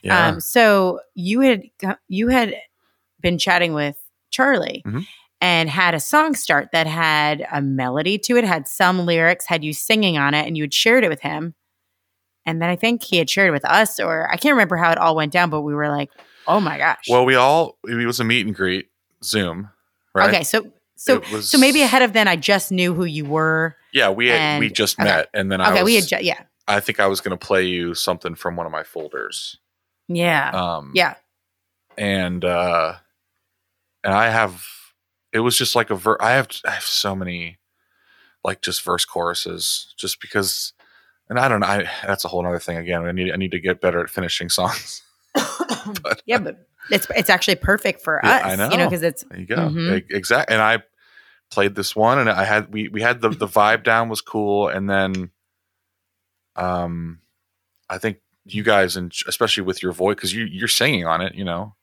Speaker 3: Yeah.
Speaker 5: Um, so you had go- you had been chatting with Charlie
Speaker 3: Mhm.
Speaker 5: and had a song start that had a melody to it, had some lyrics, had you singing on it, and you had shared it with him. And then I think he had shared it with us, or I can't remember how it all went down, but we were like, "Oh my gosh!"
Speaker 3: well, we all it was a meet and greet Zoom, right?
Speaker 5: okay, so so
Speaker 3: It was-
Speaker 5: so maybe ahead of then, I just knew who you were.
Speaker 3: Yeah, we had, we
Speaker 5: and-
Speaker 3: just
Speaker 5: okay.
Speaker 3: met, and then I
Speaker 5: okay,
Speaker 3: was,
Speaker 5: we had ju- yeah,
Speaker 3: I think I was going to play you something from one of my folders.
Speaker 5: yeah,
Speaker 3: Um,
Speaker 5: yeah.
Speaker 3: and uh and I have it was just like a ver- I have I have so many like just verse choruses just because and I don't know I that's a whole other thing again I need I need to get better at finishing songs but
Speaker 5: yeah, but it's it's actually perfect for
Speaker 3: Yeah,
Speaker 5: us,
Speaker 3: I
Speaker 5: you know,
Speaker 3: know.
Speaker 5: because it's
Speaker 3: there you go
Speaker 5: Mhm.
Speaker 3: exactly and I played this one and I had we we had the the vibe down was cool and then um I think you guys and especially with your voice because you you're singing on it you know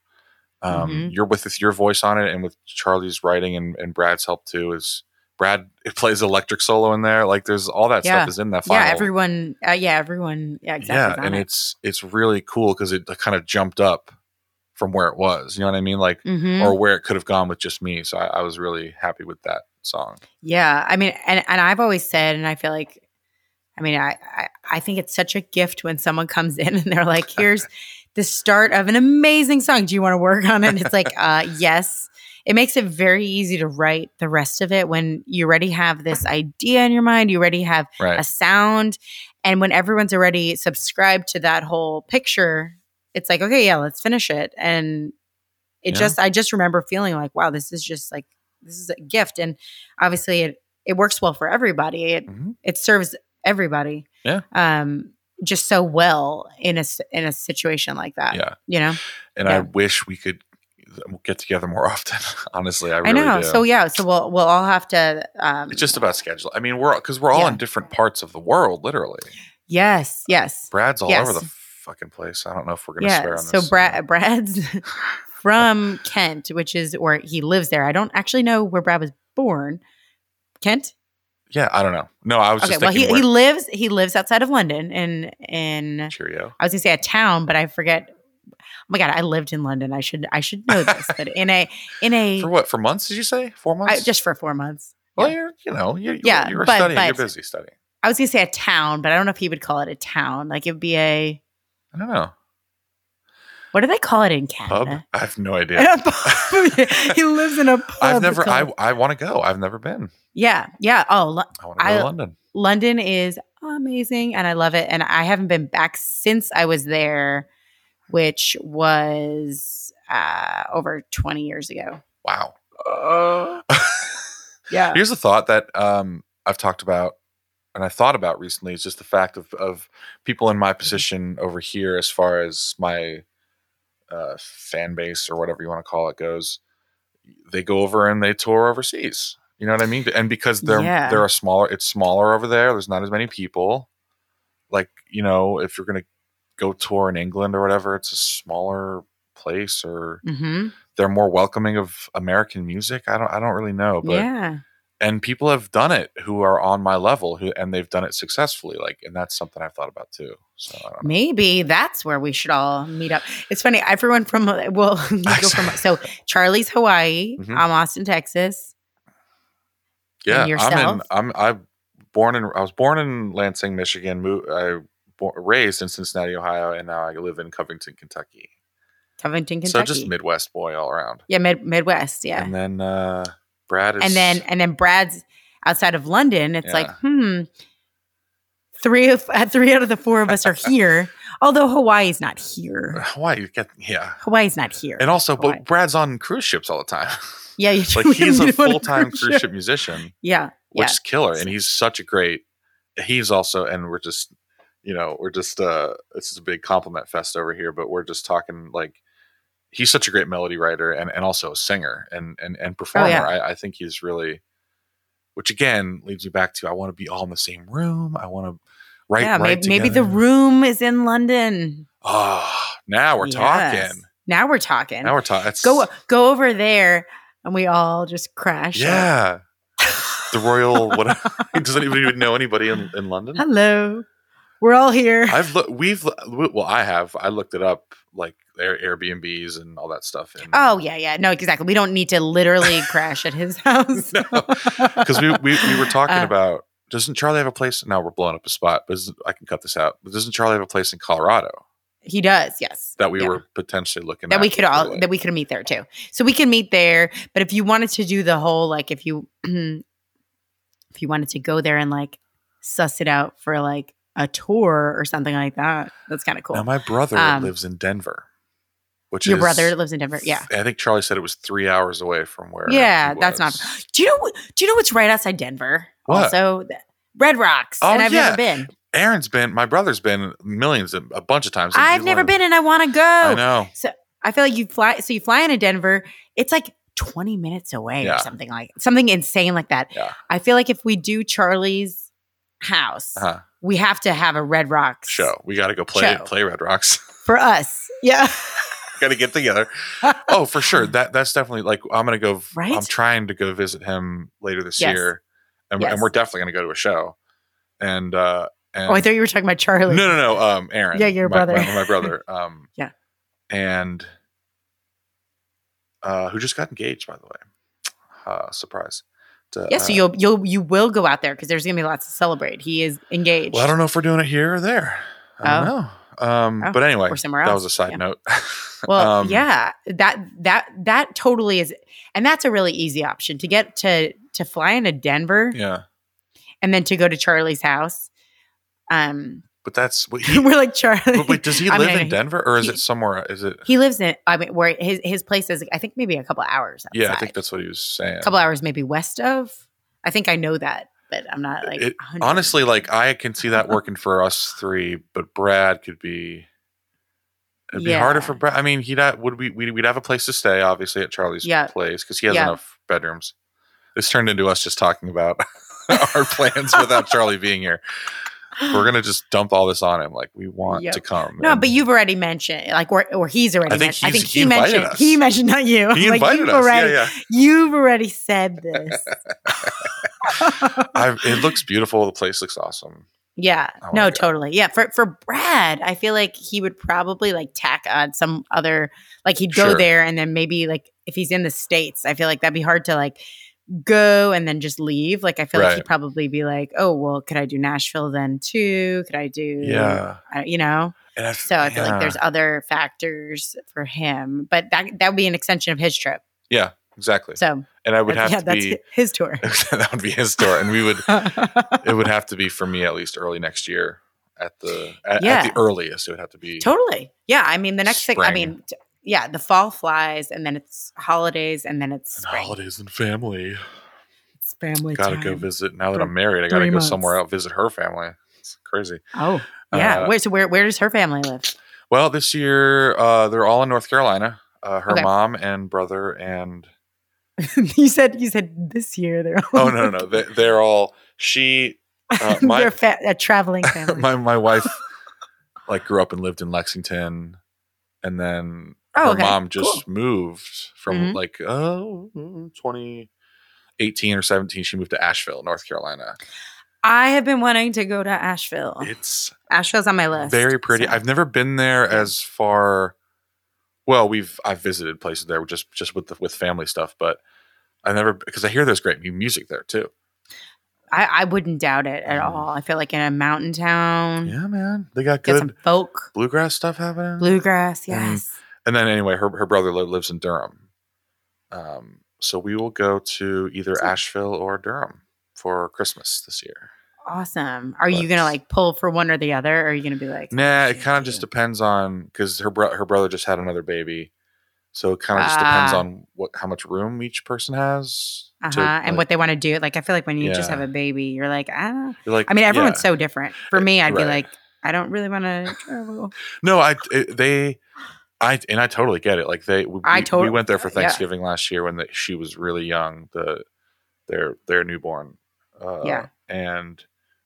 Speaker 3: um
Speaker 5: Mhm.
Speaker 3: you're with your voice on it and with Charlie's writing and, and Brad's help too is Brad it plays electric solo in there like there's all that
Speaker 5: Yeah.
Speaker 3: stuff is in that final
Speaker 5: yeah, everyone, uh, yeah, everyone, yeah, exactly.
Speaker 3: yeah and it's it's really cool because it kind of jumped up from where it was you know what I mean like
Speaker 5: hmm
Speaker 3: or where it could have gone with just me so I, I was really happy with that song
Speaker 5: yeah. I mean, and and I've always said, and I feel like, I mean, I I, I think it's such a gift when someone comes in and they're like, "Here's the start of an amazing song. Do you want to work on it?" And it's like, uh, yes. It makes it very easy to write the rest of it when you already have this idea in your mind. You already have
Speaker 3: right
Speaker 5: a sound. And when everyone's already subscribed to that whole picture, it's like, okay, yeah, let's finish it. And it
Speaker 3: Yeah.
Speaker 5: just, I just remember feeling like, wow, this is just like, this is a gift. And obviously it, it works well for everybody. It,
Speaker 3: Mhm.
Speaker 5: it serves everybody.
Speaker 3: Yeah.
Speaker 5: Um, just so well in a, s- in a situation like that,
Speaker 3: Yeah.
Speaker 5: you know?
Speaker 3: And I
Speaker 5: Yeah.
Speaker 3: wish we could um, get together more often. Honestly, I
Speaker 5: I
Speaker 3: really
Speaker 5: know.
Speaker 3: do.
Speaker 5: So yeah. So we'll, we'll all have to, um,
Speaker 3: it's just about schedule. I mean, we're because we're all
Speaker 5: Yeah.
Speaker 3: in different parts of the world, literally.
Speaker 5: yes, yes.
Speaker 3: Brad's all
Speaker 5: Yes.
Speaker 3: over the fucking place. I don't know if we're gonna swear on this.
Speaker 5: So Brad, Brad's from Kent, which is or he lives there. I don't actually know where Brad was born. Kent.
Speaker 3: Yeah, I don't know. No, I was
Speaker 5: Okay.
Speaker 3: just
Speaker 5: Well, he,
Speaker 3: thinking.
Speaker 5: he
Speaker 3: where-
Speaker 5: lives he lives outside of London in in
Speaker 3: Cheerio.
Speaker 5: I was gonna say a town, but I forget. Oh my god, I lived in London. I should I should know this, but in a in a
Speaker 3: For what? For months? Did you say four
Speaker 5: I,
Speaker 3: months?
Speaker 5: just for four months.
Speaker 3: well, you're you know you
Speaker 5: Yeah,
Speaker 3: you were
Speaker 5: but-
Speaker 3: studying. you're
Speaker 5: but-
Speaker 3: busy studying.
Speaker 5: I was gonna say a town, but I don't know if he would call it a town. Like it'd be a
Speaker 3: I don't know.
Speaker 5: what do they call it in
Speaker 3: Pub?
Speaker 5: Canada?
Speaker 3: I have no
Speaker 5: In
Speaker 3: idea.
Speaker 5: a pub. he lives in a pub.
Speaker 3: I've never. I
Speaker 5: called-
Speaker 3: I want to go. I've never been.
Speaker 5: yeah yeah oh Lo-
Speaker 3: I want to go
Speaker 5: I-
Speaker 3: to London.
Speaker 5: London is amazing and I love it. And I haven't been back since I was there, which was uh, over 20 years ago.
Speaker 3: Wow.
Speaker 5: Uh, Yeah.
Speaker 3: Here's a thought that um, I've talked about and I thought about recently is just the fact of, of people in
Speaker 5: Mm-hmm.
Speaker 3: my position over here, as far as my uh, fan base or whatever you want to call it goes, they go over and they tour overseas. You know what I mean? And because they're
Speaker 5: Yeah.
Speaker 3: they're a smaller, it's smaller over there. There's not as many people, like you know if you're gonna go tour in england or whatever it's a smaller place or
Speaker 5: Mm-hmm.
Speaker 3: they're more welcoming of american music i don't i don't really know but
Speaker 5: yeah.
Speaker 3: and people have done it who are on my level who and they've done it successfully like and that's something i've thought about too so i don't know
Speaker 5: Maybe that's where we should all meet up. It's funny. Everyone from well, you go from so Charlie's Hawaii.
Speaker 3: Mhm.
Speaker 5: I'm Austin, Texas.
Speaker 3: yeah i'm in
Speaker 5: yourself?
Speaker 3: i'm i'm born in i was born in lansing michigan mo- i bo- raised in cincinnati ohio and now i live in covington kentucky,
Speaker 5: Covington,
Speaker 3: so
Speaker 5: Kentucky.
Speaker 3: just midwest boy all around
Speaker 5: yeah, mid- Midwest. Yeah,
Speaker 3: and then uh brad is
Speaker 5: and then and then Brad's outside of London. It's
Speaker 3: Yeah.
Speaker 5: like hmm, three of uh, three out of the four of us are here. Although Hawaii's not here.
Speaker 3: why you get yeah
Speaker 5: Hawaii's not here.
Speaker 3: and also
Speaker 5: Hawaii.
Speaker 3: but brad's on cruise ships all the time
Speaker 5: yeah, you
Speaker 3: like
Speaker 5: we
Speaker 3: he's
Speaker 5: don't
Speaker 3: a
Speaker 5: need one on
Speaker 3: full-time
Speaker 5: cruise
Speaker 3: cruise ship musician
Speaker 5: Yeah,
Speaker 3: which
Speaker 5: yeah.
Speaker 3: is killer. And he's such a great. He's also, and we're just, you know, we're just. uh This is a big compliment fest over here, but we're just talking like he's such a great melody writer and and also a singer and and and performer.
Speaker 5: Oh, yeah.
Speaker 3: I, I think he's really, which again leads you back to I want to be all in the same room. I want to write.
Speaker 5: yeah.
Speaker 3: write
Speaker 5: Maybe, maybe the
Speaker 3: together.
Speaker 5: room is in London.
Speaker 3: Ah, now we're
Speaker 5: Yes.
Speaker 3: talking.
Speaker 5: Now we're talking.
Speaker 3: Now we're talking.
Speaker 5: go go over there and we all just crash. out.
Speaker 3: Yeah. The royal whatever He doesn't even even know anybody in, in London.
Speaker 5: Hello. We're all here.
Speaker 3: I've looked. We've lo- well, I have. I looked it up, like Air- Airbnbs and all that stuff. And,
Speaker 5: oh yeah, yeah. No, exactly. We don't need to literally crash at his house.
Speaker 3: No, because we, we we were talking
Speaker 5: Uh,
Speaker 3: about doesn't Charlie have a place? Now we're blowing up a spot, but isn't- I can cut this out. But doesn't Charlie have a place in Colorado
Speaker 5: He does, yes.
Speaker 3: that we
Speaker 5: Yeah.
Speaker 3: were potentially looking
Speaker 5: that
Speaker 3: at
Speaker 5: we could all
Speaker 3: really?
Speaker 5: that we could meet there too. So we can meet there. But if you wanted to do the whole like if you if you wanted to go there and like suss it out for like a tour or something like that, that's kind of cool.
Speaker 3: Now my brother
Speaker 5: Um,
Speaker 3: lives in Denver, which
Speaker 5: Your
Speaker 3: is,
Speaker 5: brother lives in Denver. Yeah.
Speaker 3: I think Charlie said it was three hours away from where.
Speaker 5: Yeah,
Speaker 3: he
Speaker 5: that's not-
Speaker 3: was.
Speaker 5: Do you know what do you know what's right outside Denver?
Speaker 3: What?
Speaker 5: Also th- Red Rocks.
Speaker 3: Oh,
Speaker 5: and I've
Speaker 3: yeah.
Speaker 5: never been.
Speaker 3: Aaron's been. My brother's been millions, of, a bunch of times. and
Speaker 5: I've
Speaker 3: you
Speaker 5: never
Speaker 3: wanna-
Speaker 5: been and I want to go.
Speaker 3: I
Speaker 5: I,
Speaker 3: know.
Speaker 5: feel like you fly so you fly into Denver, it's like 20 minutes away
Speaker 3: Yeah.
Speaker 5: or something like something insane like that.
Speaker 3: Yeah.
Speaker 5: I feel like if we do Charlie's house,
Speaker 3: Uh-huh.
Speaker 5: we have to have a Red Rocks
Speaker 3: Show. We got to go play
Speaker 5: Show.
Speaker 3: play Red Rocks.
Speaker 5: for us. Yeah.
Speaker 3: got to get together. Oh, for sure. That that's definitely like I'm gonna go.
Speaker 5: Right?
Speaker 3: I'm trying to go visit him later this
Speaker 5: Yes.
Speaker 3: year, and,
Speaker 5: Yes.
Speaker 3: and we're definitely gonna go to a show. And uh, and
Speaker 5: Oh, I thought you were talking about
Speaker 3: no,
Speaker 5: Charlie.
Speaker 3: no, no. Um, Aaron.
Speaker 5: Yeah, your
Speaker 3: my,
Speaker 5: brother.
Speaker 3: My, my brother. Um,
Speaker 5: Yeah.
Speaker 3: And uh, who just got engaged, by the way? Uh, surprise. To,
Speaker 5: Yeah, so
Speaker 3: uh,
Speaker 5: you'll you'll you will go out there because there's gonna be lots to celebrate. He is engaged
Speaker 3: Well, I don't know if we're doing it here or there. I don't know. Um,
Speaker 5: Oh,
Speaker 3: but anyway,
Speaker 5: or somewhere else.
Speaker 3: that was a side
Speaker 5: Yeah.
Speaker 3: note.
Speaker 5: Well,
Speaker 3: Um,
Speaker 5: yeah, that that that totally is, and that's a really easy option to get to to fly into Denver
Speaker 3: Yeah.
Speaker 5: and then to go to Charlie's house. Um,
Speaker 3: But that's what he.
Speaker 5: we're like Charlie.
Speaker 3: but wait, does he
Speaker 5: I
Speaker 3: live
Speaker 5: mean,
Speaker 3: in Denver or is
Speaker 5: he-
Speaker 3: it somewhere? Is it?
Speaker 5: He lives in I mean where his his place is. I think maybe a couple hours. Outside.
Speaker 3: Yeah, I think that's what he was saying.
Speaker 5: a couple hours maybe west of. I think I know that, but I'm not like
Speaker 3: It-
Speaker 5: 100.
Speaker 3: Honestly, like I can see that working for us three, but Brad could be. It'd be harder
Speaker 5: Yeah.
Speaker 3: for Brad. I mean, he'd ha- would we we'd, we'd have a place to stay, obviously at Charlie's
Speaker 5: Yeah.
Speaker 3: place because he has
Speaker 5: Yeah.
Speaker 3: enough bedrooms. This turned into us just talking about our plans without Charlie being here. We're gonna just dump all this on him. Like we want
Speaker 5: Yep.
Speaker 3: to come.
Speaker 5: No,
Speaker 3: and-
Speaker 5: but you've already mentioned like or or he's already.
Speaker 3: I think
Speaker 5: mentioned, I
Speaker 3: he's-
Speaker 5: think
Speaker 3: he
Speaker 5: he
Speaker 3: invited
Speaker 5: mentioned
Speaker 3: us.
Speaker 5: he mentioned not you.
Speaker 3: he
Speaker 5: Like,
Speaker 3: invited
Speaker 5: you've
Speaker 3: us.
Speaker 5: Already,
Speaker 3: yeah,
Speaker 5: You've already said this.
Speaker 3: yeah. i it looks beautiful. The place looks awesome.
Speaker 5: Yeah.
Speaker 3: I wanna
Speaker 5: no,
Speaker 3: go.
Speaker 5: totally. Yeah. For for Brad, I feel like he would probably like tack on some other like he'd go
Speaker 3: Sure.
Speaker 5: there and then maybe like if he's in the States, I feel like that'd be hard to like go and then just leave. Like I feel like
Speaker 3: Right.
Speaker 5: he'd probably be like, Oh, well, could I do Nashville then too? Could I do
Speaker 3: Yeah.
Speaker 5: I- you know?
Speaker 3: And I,
Speaker 5: So I feel
Speaker 3: yeah.
Speaker 5: like there's other factors for him. But that that would be an extension of his trip.
Speaker 3: exactly.
Speaker 5: So
Speaker 3: and I would
Speaker 5: that's-
Speaker 3: have
Speaker 5: yeah,
Speaker 3: to
Speaker 5: that's
Speaker 3: be.
Speaker 5: hi- his tour.
Speaker 3: that would be his store, and we would it would have to be for me at least early next year at the at,
Speaker 5: Yeah.
Speaker 3: at the earliest it would have to be
Speaker 5: Totally. Yeah. I mean, the next thing, I
Speaker 3: Spring.
Speaker 5: mean, t- yeah, the fall flies and then it's holidays and then it's
Speaker 3: And
Speaker 5: spring.
Speaker 3: holidays and family
Speaker 5: It's family
Speaker 3: gotta go
Speaker 5: time.
Speaker 3: visit now that
Speaker 5: for
Speaker 3: i'm married i gotta
Speaker 5: three
Speaker 3: go
Speaker 5: months.
Speaker 3: somewhere out visit her family it's crazy
Speaker 5: Oh, yeah.
Speaker 3: Uh,
Speaker 5: where, so where, where does her family live?
Speaker 3: well this year uh they're all in north carolina uh, her
Speaker 5: Okay.
Speaker 3: mom and brother and
Speaker 5: you said you said this year they're all
Speaker 3: oh no no no they, they're all she Oh, Uh,
Speaker 5: They're
Speaker 3: my,
Speaker 5: fa- a traveling family.
Speaker 3: my my wife like grew up and lived in Lexington, and then
Speaker 5: Oh,
Speaker 3: her
Speaker 5: okay.
Speaker 3: mom just moved from
Speaker 5: Mhm.
Speaker 3: like oh, 2018 or 17. She moved to Asheville, North Carolina.
Speaker 5: I have been wanting to go to Asheville.
Speaker 3: It's
Speaker 5: Asheville's on my list.
Speaker 3: very pretty.
Speaker 5: so-
Speaker 3: I've never been there as far. Well, we've I've visited places there just just with the, with family stuff, but I never because I hear there's great mu- music there too.
Speaker 5: I, I wouldn't doubt it at
Speaker 3: Mm.
Speaker 5: all. I feel like in a mountain town,
Speaker 3: Yeah, man, they got
Speaker 5: got
Speaker 3: good Mm.
Speaker 5: some folk,
Speaker 3: bluegrass stuff happening.
Speaker 5: bluegrass.
Speaker 3: And-
Speaker 5: Yes.
Speaker 3: and then anyway, her her brother li- lives in Durham. Um, so we will go to either Asheville or Durham for Christmas this year.
Speaker 5: Awesome. Are you
Speaker 3: But-
Speaker 5: gonna like pull for one or the other, or are you gonna be like,
Speaker 3: Nah, it
Speaker 5: shoot,
Speaker 3: kind of just
Speaker 5: shoot.
Speaker 3: depends on because her bro- her brother just had another baby, so it kind of just depends
Speaker 5: Ah.
Speaker 3: on what how much room each person has.
Speaker 5: uh huh,
Speaker 3: to,
Speaker 5: and what
Speaker 3: like-
Speaker 5: they want to do? Like, I feel like when you just
Speaker 3: Yeah.
Speaker 5: have a baby, you're like, I don't. know.
Speaker 3: you're like,
Speaker 5: I mean, everyone's
Speaker 3: yeah.
Speaker 5: so different. For me, I'd be
Speaker 3: right.
Speaker 5: like, I don't really want to travel.
Speaker 3: no, I it- they. I, and I totally get it. Like they, we,
Speaker 5: I
Speaker 3: we-
Speaker 5: totally-
Speaker 3: we went there for
Speaker 5: yeah.
Speaker 3: Thanksgiving last year when the, she was really young, the their their newborn. Uh,
Speaker 5: Yeah.
Speaker 3: and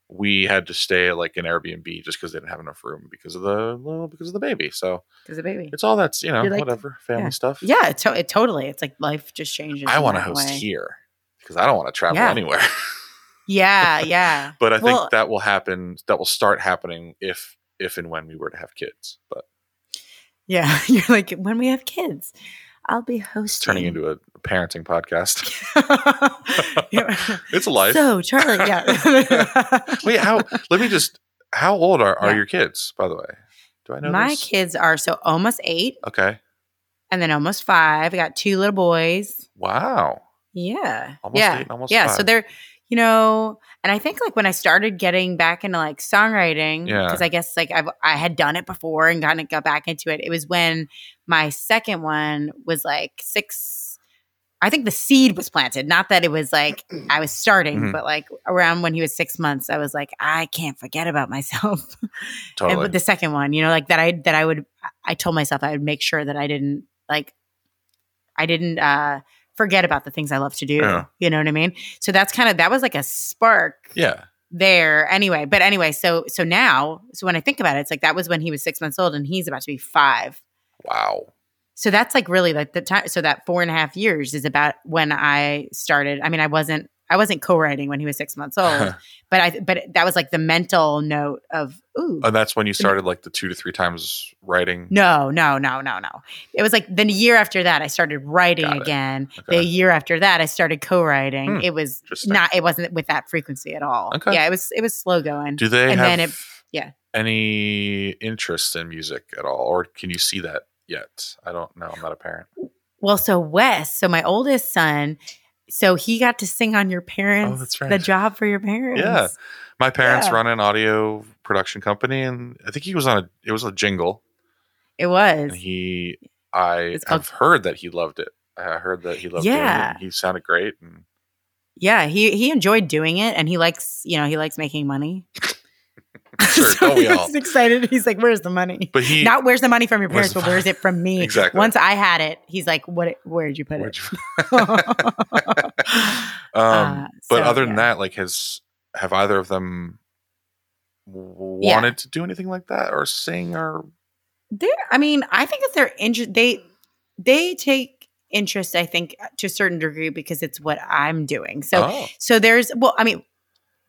Speaker 3: we had to stay at like an Airbnb just because they didn't have enough room because of the well, because of the baby. So
Speaker 5: Because a baby.
Speaker 3: it's all that's you know
Speaker 5: You're like-
Speaker 3: whatever family
Speaker 5: yeah.
Speaker 3: stuff.
Speaker 5: Yeah, it, to- it totally. It's like life just changes.
Speaker 3: I
Speaker 5: in
Speaker 3: want to
Speaker 5: that
Speaker 3: host
Speaker 5: way.
Speaker 3: here because I don't want to travel
Speaker 5: Yeah.
Speaker 3: anywhere.
Speaker 5: Yeah, yeah.
Speaker 3: but I
Speaker 5: Well-
Speaker 3: think that will happen. That will start happening if if and when we were to have kids. But
Speaker 5: Yeah, you're like when we have kids, I'll be
Speaker 3: it's
Speaker 5: hosting.
Speaker 3: turning into a parenting podcast.
Speaker 5: Yeah.
Speaker 3: it's a life.
Speaker 5: So Charlie, yeah.
Speaker 3: Wait, how? Let me just. How old are, are
Speaker 5: Yeah.
Speaker 3: your kids, by the way? Do I know
Speaker 5: My
Speaker 3: this?
Speaker 5: kids are so almost eight,
Speaker 3: Okay.
Speaker 5: and then almost five. I got two little boys.
Speaker 3: Wow.
Speaker 5: Yeah,
Speaker 3: Almost
Speaker 5: yeah,
Speaker 3: eight and almost
Speaker 5: yeah. So
Speaker 3: five.
Speaker 5: they're, you know, and I think like when I started getting back into like songwriting,
Speaker 3: Yeah.
Speaker 5: because I guess like I've I had done it before and gotten got back into it. It was when my second one was like six. I think the seed was planted. Not that it was like I was starting,
Speaker 3: Mhm.
Speaker 5: but like around when he was six months, I was like, I can't forget about myself. And
Speaker 3: Totally.
Speaker 5: with the second one, you know, like that I that I would I told myself I would make sure that I didn't like I didn't uh forget about the things I love to do.
Speaker 3: Yeah.
Speaker 5: You know what I mean? So that's kind of that was like a spark
Speaker 3: yeah.
Speaker 5: there anyway. But anyway, so so now, so when I think about it, it's like that was when he was 6 months old and he's about to be 5.
Speaker 3: Wow.
Speaker 5: So that's like really like the time so that four and a half years is about when I started. I mean, I wasn't I wasn't co-writing when he was 6 months old, but I but that was like the mental note of ooh
Speaker 3: and that's when you started like the two to three times writing.
Speaker 5: No, no, no, no, no. It was like then a year after that, I started writing
Speaker 3: Got it.
Speaker 5: again.
Speaker 3: Okay.
Speaker 5: The year after that, I started co-writing.
Speaker 3: Hmm.
Speaker 5: It was
Speaker 3: Interesting.
Speaker 5: not. It wasn't with that frequency at all.
Speaker 3: Okay.
Speaker 5: Yeah, it was. It was slow going.
Speaker 3: Do they
Speaker 5: and
Speaker 3: have
Speaker 5: then it- yeah.
Speaker 3: any interest in music at all, or can you see that yet? I don't know. I'm not a parent.
Speaker 5: well, so Wes, so my oldest son, so he got to sing on your parents.
Speaker 3: Oh, that's right.
Speaker 5: The job for your parents.
Speaker 3: Yeah. My parents
Speaker 5: Yeah.
Speaker 3: run an audio production company, and I think he was on a it was a jingle,
Speaker 5: it was.
Speaker 3: and he I
Speaker 5: It's called-
Speaker 3: have heard that he loved it. I heard that he loved doing it.
Speaker 5: Yeah.
Speaker 3: and He sounded great, and
Speaker 5: yeah, he he enjoyed doing it, and he likes you know he likes making money.
Speaker 3: Sure,
Speaker 5: so
Speaker 3: don't we
Speaker 5: he
Speaker 3: all?
Speaker 5: was excited. He's like, "Where's the money?"
Speaker 3: But he
Speaker 5: Not where's the money from your
Speaker 3: Where's
Speaker 5: parents,
Speaker 3: the
Speaker 5: but where's it from me?
Speaker 3: Exactly.
Speaker 5: Once I had it, he's like, "What? Where did you put
Speaker 3: Where'd
Speaker 5: it?"
Speaker 3: you- um,
Speaker 5: Uh,
Speaker 3: but
Speaker 5: so,
Speaker 3: other than
Speaker 5: yeah.
Speaker 3: that, like, has have either of them w-
Speaker 5: Yeah.
Speaker 3: wanted to do anything like that, or sing, or
Speaker 5: They're, I mean, I think that they're inter- they they take interest. I think to a certain degree because it's what I'm doing. So
Speaker 3: Oh,
Speaker 5: so there's well, I mean,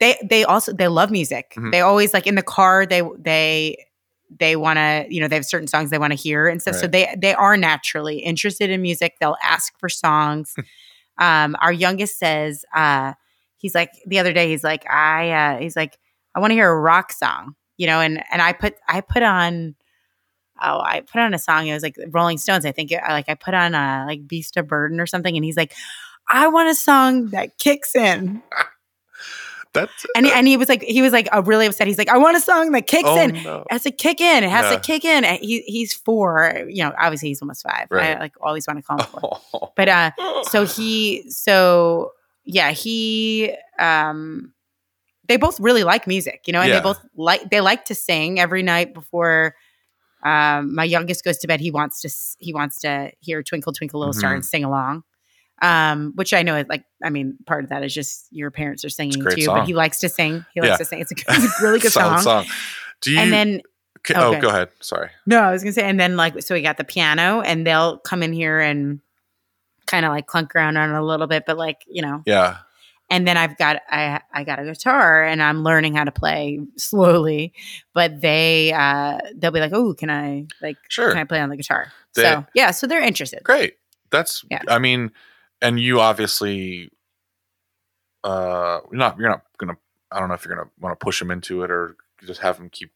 Speaker 5: they they also they love music.
Speaker 3: Mhm.
Speaker 5: They always like in the car. They they they want to you know they have certain songs they want to hear and stuff. So
Speaker 3: Right.
Speaker 5: they they are naturally interested in music. They'll ask for songs. um, our youngest says uh, he's like the other day he's like I uh, he's like I want to hear a rock song. You know, and and I put I put on. Oh, I put on a song. It was like Rolling Stones. I think. I like I put on a like Beast of Burden or something, and he's like, "I want a song that kicks in."
Speaker 3: that's
Speaker 5: And, and he was like, he was like uh, really upset. He's like, I want a song that kicks
Speaker 3: oh,
Speaker 5: in. It
Speaker 3: no.
Speaker 5: has to kick in. It has
Speaker 3: Yeah.
Speaker 5: to kick in. And He, he's four. You know, obviously he's almost five.
Speaker 3: Right.
Speaker 5: I like always want to call him four.
Speaker 3: Oh.
Speaker 5: But uh, so he, so yeah, he, um, they both really like music, you know, and
Speaker 3: Yeah.
Speaker 5: they both like, they like to sing every night before um, my youngest goes to bed. He wants to, s- he wants to hear Twinkle, Twinkle, Little Star
Speaker 3: Mhm.
Speaker 5: and sing along. um, which I know is like, I mean, part of that is just your parents are singing
Speaker 3: great
Speaker 5: too,
Speaker 3: song.
Speaker 5: but he likes to sing. He likes
Speaker 3: Yeah.
Speaker 5: to sing. It's a, it's a really good
Speaker 3: Solid
Speaker 5: song.
Speaker 3: song. Do you?
Speaker 5: And then,
Speaker 3: ca-
Speaker 5: oh,
Speaker 3: oh,
Speaker 5: good.
Speaker 3: go ahead. Sorry.
Speaker 5: no, I was going to say, and then like, so we got the piano and they'll come in here and kind of like clunk around on it a little bit, but like, you know,
Speaker 3: Yeah.
Speaker 5: and then I've got, I, I got a guitar and I'm learning how to play slowly, but they, uh, they'll be like, oh, can I like,
Speaker 3: Sure.
Speaker 5: can I play on the guitar?
Speaker 3: They-
Speaker 5: so yeah, so they're interested.
Speaker 3: Great. That's
Speaker 5: Yeah.
Speaker 3: I mean, and you obviously uh you're not you're not gonna I don't know if you're gonna wanna push them into it or just have them keep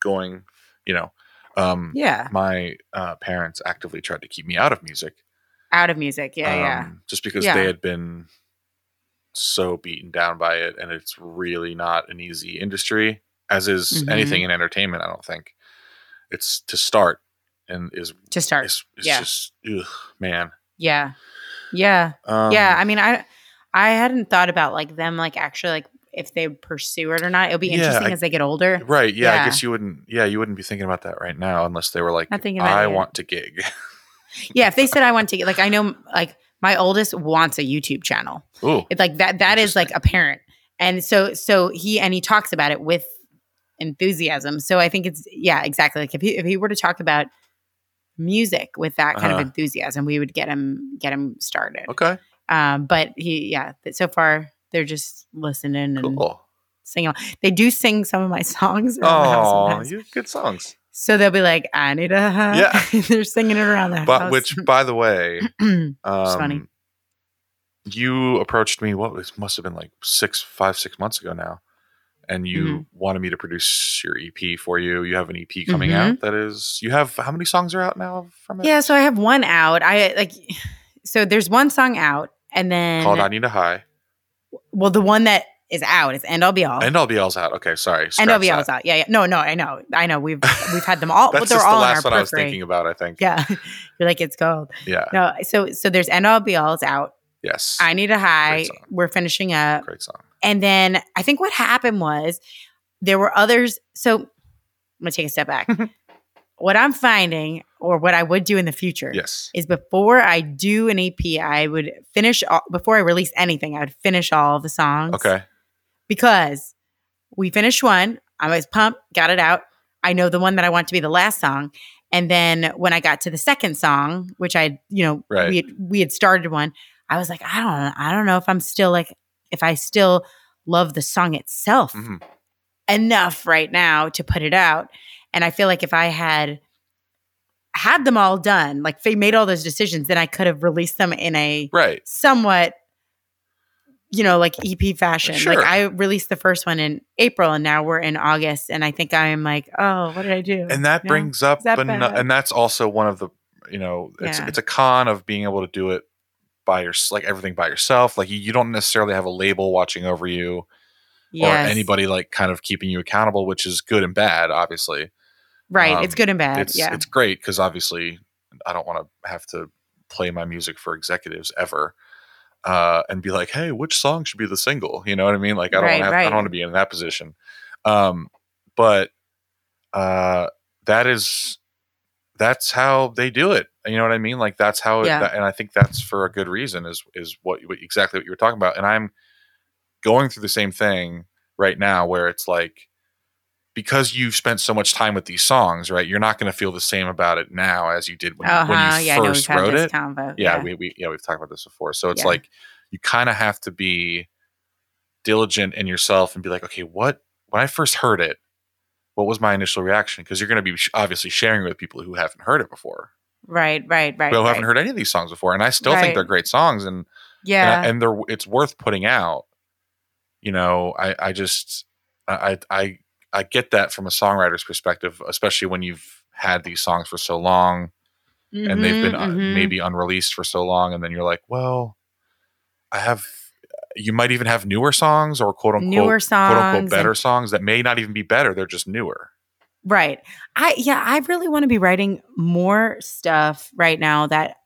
Speaker 3: going, you know. Um
Speaker 5: Yeah.
Speaker 3: my uh parents actively tried to keep me out of music.
Speaker 5: Out of music. Yeah. yeah.
Speaker 3: um, Just because
Speaker 5: Yeah.
Speaker 3: they had been so beaten down by it and it's really not an easy industry, as is
Speaker 5: Mhm.
Speaker 3: anything in entertainment, I don't think. It's to start and is
Speaker 5: To start.
Speaker 3: it's, it's
Speaker 5: Yeah.
Speaker 3: just ugh, man.
Speaker 5: Yeah. Yeah.
Speaker 3: Um,
Speaker 5: yeah. I mean, I I hadn't thought about like them like actually like if they pursue it or not. It'll be
Speaker 3: Yeah,
Speaker 5: interesting
Speaker 3: I-
Speaker 5: as they get older.
Speaker 3: Right. Yeah, I
Speaker 5: Yeah.
Speaker 3: guess you wouldn't. Yeah, you wouldn't be thinking about that right now unless they were like,
Speaker 5: Not thinking about
Speaker 3: "I
Speaker 5: it.
Speaker 3: want to gig."
Speaker 5: Yeah. If they said I want to get like I know like my oldest wants a YouTube channel.
Speaker 3: Ooh,
Speaker 5: It's like that that is like apparent. And so so he and he talks about it with enthusiasm. So I think it's yeah, exactly. Like if he if he were to talk about music with that kind
Speaker 3: Uh-huh.
Speaker 5: of enthusiasm, we would get him get him started.
Speaker 3: okay,
Speaker 5: Um but he yeah, th- so far they're just listening and
Speaker 3: cool.
Speaker 5: sing along. They do sing some of my songs around the house
Speaker 3: Oh,
Speaker 5: sometimes.
Speaker 3: you good songs.
Speaker 5: So they'll be like, I need a hug.
Speaker 3: Yeah.
Speaker 5: They're singing it around the
Speaker 3: But
Speaker 5: house.
Speaker 3: which, by the way,
Speaker 5: it
Speaker 3: um,
Speaker 5: funny.
Speaker 3: You approached me. What was must have been like six, five, six months ago now, and you
Speaker 5: Mhm.
Speaker 3: wanted me to produce your EP for you. You have an EP coming out. That is, you have how many songs are out now from it?
Speaker 5: Mm-hmm. Yeah, so I have one out. I like so there's one song out and then
Speaker 3: Called I Need a High
Speaker 5: well the one that is out is End All Be All.
Speaker 3: and I'll be all's out. Okay, sorry.
Speaker 5: End Oh.
Speaker 3: scratch
Speaker 5: All Be
Speaker 3: that.
Speaker 5: All's out. Yeah, yeah. No, no, I know. I know. We've we've had them all,
Speaker 3: That's
Speaker 5: but they're
Speaker 3: just
Speaker 5: all
Speaker 3: the
Speaker 5: in our
Speaker 3: last one I was
Speaker 5: periphery.
Speaker 3: thinking about. I think.
Speaker 5: Yeah. You're like, it's cold.
Speaker 3: Yeah.
Speaker 5: No, so so there's End All Be All's out.
Speaker 3: Yes.
Speaker 5: I need a high.
Speaker 3: song.
Speaker 5: We're finishing up.
Speaker 3: Great song.
Speaker 5: And then I think what happened was there were others. So I'm going to take a step back. what I'm finding, or what I would do in the future,
Speaker 3: Yes.
Speaker 5: is before I do an EP, I would finish, all, before I release anything, I would finish all the songs.
Speaker 3: Okay.
Speaker 5: Because we finished one, I was pumped, got it out. I know the one that I want to be the last song. And then when I got to the second song, which I, you know,
Speaker 3: Right.
Speaker 5: we had, we had started one, I was like, I don't, I don't know if I'm still like, if I still love the song itself
Speaker 3: Mhm.
Speaker 5: enough right now to put it out. And I feel like if I had had them all done, like they made all those decisions, then I could have released them in a
Speaker 3: Right.
Speaker 5: somewhat, you know, like EP fashion.
Speaker 3: Sure.
Speaker 5: Like I released the first one in April and now we're in August. And I think I'm like, oh, what did I do?
Speaker 3: And that
Speaker 5: Yeah.
Speaker 3: brings up,
Speaker 5: that
Speaker 3: an-
Speaker 5: bad?
Speaker 3: and that's also one of the, you know, it's
Speaker 5: Yeah.
Speaker 3: it's a con of being able to do it by your like everything by yourself. Like you, you don't necessarily have a label watching over you
Speaker 5: Yes.
Speaker 3: or anybody like kind of keeping you accountable, which is good and bad. Obviously,
Speaker 5: Right.
Speaker 3: um,
Speaker 5: it's good and bad.
Speaker 3: it's
Speaker 5: yeah.
Speaker 3: it's great because obviously I don't want to have to play my music for executives ever. Uh, and be like, hey, which song should be the single? You know what I mean? Like, I don't
Speaker 5: Right,
Speaker 3: want to. I
Speaker 5: right.
Speaker 3: don't want to be in that position. Um, but uh, that is that's how they do it. You know what I mean? Like, that's how. It,
Speaker 5: Yeah.
Speaker 3: that- and I think that's for a good reason. Is is what, what exactly what you were talking about? And I'm going through the same thing right now, where it's like because you've spent so much time with these songs, right? You're not going to feel the same about it now as you did when,
Speaker 5: uh-huh.
Speaker 3: when you
Speaker 5: yeah, I know
Speaker 3: first
Speaker 5: we've had
Speaker 3: wrote
Speaker 5: this
Speaker 3: it.
Speaker 5: Convo.
Speaker 3: yeah, we, we yeah we've talked about this before. So it's
Speaker 5: Yeah.
Speaker 3: like you kind of have to be diligent in yourself and be like, okay, what when I first heard it, what was my initial reaction? Because you're going to be sh- obviously sharing with people who haven't heard it before,
Speaker 5: right, right, right.
Speaker 3: who
Speaker 5: right.
Speaker 3: haven't heard any of these songs before, and I still think
Speaker 5: Right.
Speaker 3: they're great songs, and and I-
Speaker 5: yeah.
Speaker 3: and, they're it's worth putting out. You know, I I just I I I- I get that from a songwriter's perspective, especially when you've had these songs for so long and they've been uh,
Speaker 5: Mhm, mhm.
Speaker 3: maybe unreleased for so long, and then you're like, well, I have. You might even have newer songs or quote unquote
Speaker 5: newer songs.
Speaker 3: quote unquote
Speaker 5: and-
Speaker 3: better songs that may not even be better. They're just newer.
Speaker 5: Right. I yeah, I really want to be writing more stuff right now that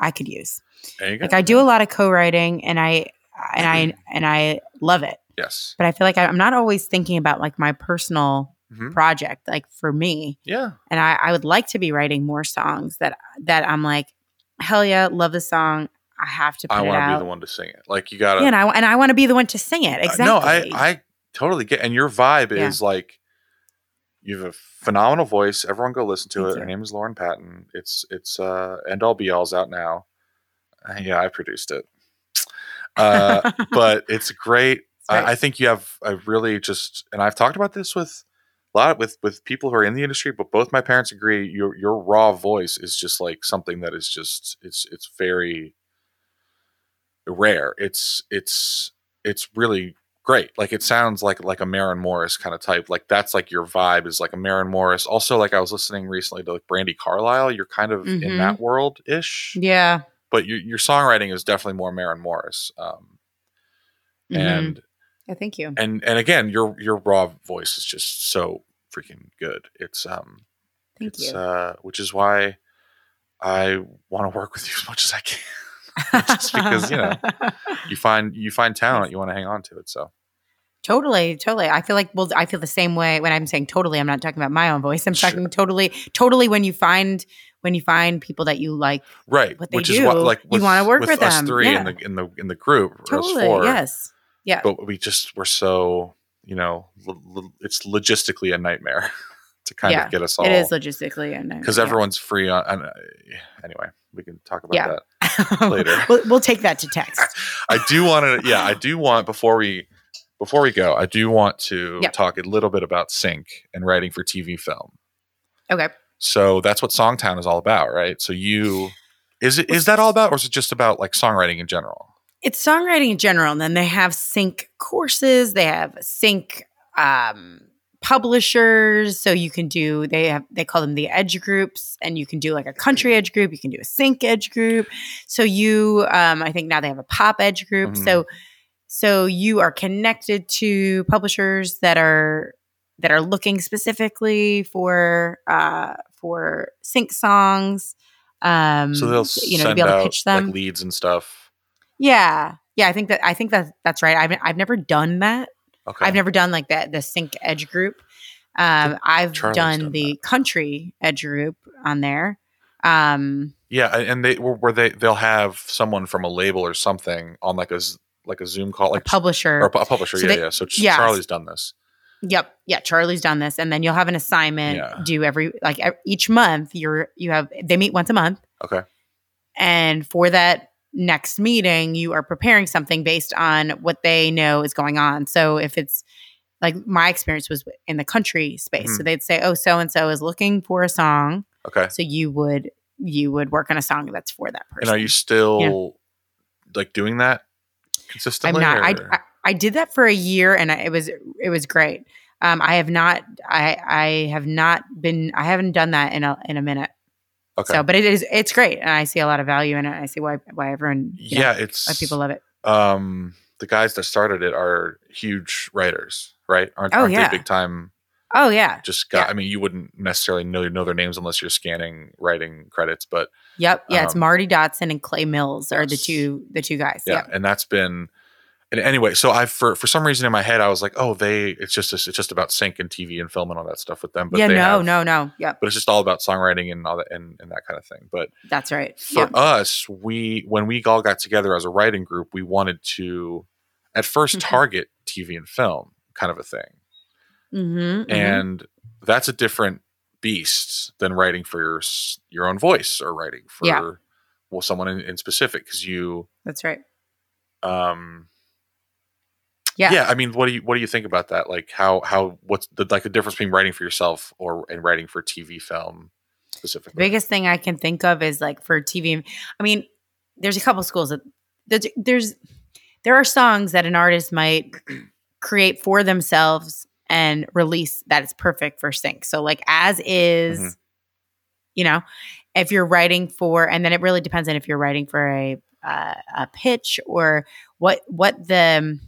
Speaker 5: I could use.
Speaker 3: There you go.
Speaker 5: Like I do a lot of co-writing and I and
Speaker 3: Mm-hmm.
Speaker 5: I and I love it.
Speaker 3: yes.
Speaker 5: But I feel like I- I'm not always thinking about like my personal
Speaker 3: Mhm.
Speaker 5: project like for me.
Speaker 3: Yeah.
Speaker 5: And I I would like to be writing more songs that that I'm like hell yeah, love the song. I have to put
Speaker 3: I
Speaker 5: it
Speaker 3: want to
Speaker 5: out.
Speaker 3: be the one to sing it. Like you gotta.
Speaker 5: yeah, and I and I want to be the one to sing it. Exactly.
Speaker 3: Uh, No, I I totally get. And your vibe
Speaker 5: Yeah.
Speaker 3: is like you have a phenomenal voice. Everyone go listen to
Speaker 5: Thank
Speaker 3: it.
Speaker 5: you.
Speaker 3: Her name is Lauren Patton. It's it's uh and all be all's out now. Uh, yeah, I produced it. Uh, but it's great.
Speaker 5: That's
Speaker 3: I, I
Speaker 5: right.
Speaker 3: think you have a really just, and I've talked about this with a lot with with people who are in the industry, but both my parents agree. Your your raw voice is just like something that is just it's it's very rare. It's it's it's really great. Like it sounds like like a Marin Morris kind of type. Like that's like your vibe is like a Marin Morris. Also, like I was listening recently to like Brandy Carlisle. You're kind of in
Speaker 5: Mhm.
Speaker 3: that world ish
Speaker 5: yeah.
Speaker 3: but your, your songwriting is definitely more Marin Morris. Um,
Speaker 5: Mhm.
Speaker 3: And
Speaker 5: Yeah, thank you.
Speaker 3: and and again, your your raw voice is just so freaking good. It's um,
Speaker 5: Thank
Speaker 3: it's
Speaker 5: you.
Speaker 3: uh, which is why I want to work with you as much as I can. just because, you know. You find you find talent, you want to hang on to it. So
Speaker 5: Totally, totally. I feel like well, I feel the same way when I'm saying totally. I'm not talking about my own voice. I'm
Speaker 3: Sure.
Speaker 5: talking totally, totally. When you find when you find people that you like,
Speaker 3: right,
Speaker 5: What they
Speaker 3: which is what
Speaker 5: do,
Speaker 3: like
Speaker 5: you wanna work
Speaker 3: with
Speaker 5: with
Speaker 3: us
Speaker 5: them,
Speaker 3: three in
Speaker 5: yeah.
Speaker 3: the in the in the group or us
Speaker 5: totally,
Speaker 3: four.
Speaker 5: yes, yeah.
Speaker 3: But we just were so you know l- l- it's logistically a nightmare to kind
Speaker 5: Yeah,
Speaker 3: of get us all
Speaker 5: it is logistically, and
Speaker 3: Oh. because everyone's free on. on uh, anyway, we can talk about
Speaker 5: Yeah.
Speaker 3: that.
Speaker 5: everyone
Speaker 3: later.
Speaker 5: we'll, we'll take that to text.
Speaker 3: I do want to. Yeah, I do want before we before we go. I do want to
Speaker 5: Yep.
Speaker 3: talk a little bit about sync and writing for TV film.
Speaker 5: Okay,
Speaker 3: So that's what Songtown is all about, right? So you is it is that all about, or is it just about like songwriting in general?
Speaker 5: it's songwriting in general, and then they have sync courses. They have sync um, publishers, so you can do. They have they call them the edge groups, and you can do like a country edge group. You can do a sync edge group. So you, um, I think now they have a pop edge group.
Speaker 3: Mhm.
Speaker 5: So so you are connected to publishers that are that are looking specifically for uh, for sync songs. Um,
Speaker 3: So they'll
Speaker 5: you know to
Speaker 3: send
Speaker 5: be able
Speaker 3: out
Speaker 5: to pitch them.
Speaker 3: like leads and stuff.
Speaker 5: Yeah. Yeah, I think that I think that that's right. I've I've never done that.
Speaker 3: Okay,
Speaker 5: I've never done like that the sync edge group. Um I've
Speaker 3: Charlie's
Speaker 5: done,
Speaker 3: done
Speaker 5: the country edge group on there. Um
Speaker 3: yeah, a- and they were, were they they'll have someone from a label or something on like a z- like a Zoom call, like
Speaker 5: publisher.
Speaker 3: or a pu- a publisher.
Speaker 5: So
Speaker 3: yeah,
Speaker 5: they-
Speaker 3: yeah. So Ch-
Speaker 5: yeah.
Speaker 3: Charlie's done this.
Speaker 5: yep. Yeah, Charlie's done this and then you'll have an assignment
Speaker 3: Yeah.
Speaker 5: due every like e- each month you're you have they meet once a month.
Speaker 3: Okay.
Speaker 5: And for that next meeting, you are preparing something based on what they know is going on. So if it's like my experience was in the country space.
Speaker 3: Mm-hmm.
Speaker 5: So they'd say, "Oh, so and so is looking for a song."
Speaker 3: Okay.
Speaker 5: So you would you would work on a song that's for that
Speaker 3: And
Speaker 5: person.
Speaker 3: are you still like doing that
Speaker 5: I'm
Speaker 3: consistently?
Speaker 5: not.
Speaker 3: or-
Speaker 5: I, I I did that for a year, and I, it was it was great. Um, I have not. I I have not been. I haven't done that in a in a minute.
Speaker 3: okay.
Speaker 5: So, but it is it's great, and I see a lot of value in it. I see why why everyone you know,
Speaker 3: yeah,
Speaker 5: why
Speaker 3: it's
Speaker 5: people love it.
Speaker 3: um the guys that started it are huge writers, right? Aren't,
Speaker 5: Oh,
Speaker 3: aren't
Speaker 5: yeah.
Speaker 3: they big time?
Speaker 5: Oh yeah.
Speaker 3: Just guy.
Speaker 5: Yeah.
Speaker 3: I mean, you wouldn't necessarily know know their names unless you're scanning writing credits, but
Speaker 5: Yep. Yeah. it's
Speaker 3: Um,
Speaker 5: Marty Dotson and Clay Mills are the
Speaker 3: yes.
Speaker 5: two the two guys.
Speaker 3: yeah.
Speaker 5: Yep.
Speaker 3: And that's been. And anyway, so I for for some reason in my head I was like, oh, they it's just it's just about sync and TV and film and all that stuff with them. But
Speaker 5: yeah.
Speaker 3: they
Speaker 5: No.
Speaker 3: have-
Speaker 5: no. No. Yep.
Speaker 3: But it's just all about songwriting and all that and, and that kind of thing. But
Speaker 5: That's right.
Speaker 3: for
Speaker 5: Yep.
Speaker 3: us, we when we all got together as a writing group, we wanted to at 1st
Speaker 5: Mhm.
Speaker 3: target TV and film kind of a thing.
Speaker 5: Mm-hmm,
Speaker 3: And that's a different beast than writing for your s- your own voice or writing for
Speaker 5: Yeah.
Speaker 3: well someone in, in specific because you
Speaker 5: that's right.
Speaker 3: um
Speaker 5: Yeah.
Speaker 3: yeah I mean what do you what do you think about that like how how what's the like the difference between writing for yourself or and writing for TV film
Speaker 5: The
Speaker 3: specifically
Speaker 5: biggest thing I can think of is like for TV. I mean, there's a couple schools that there's, there's there are songs that an artist might create for themselves and release that is perfect for sync. So like as is,
Speaker 3: Mhm.
Speaker 5: you know, if you're writing for, and then it really depends on if you're writing for a uh, a pitch or what what the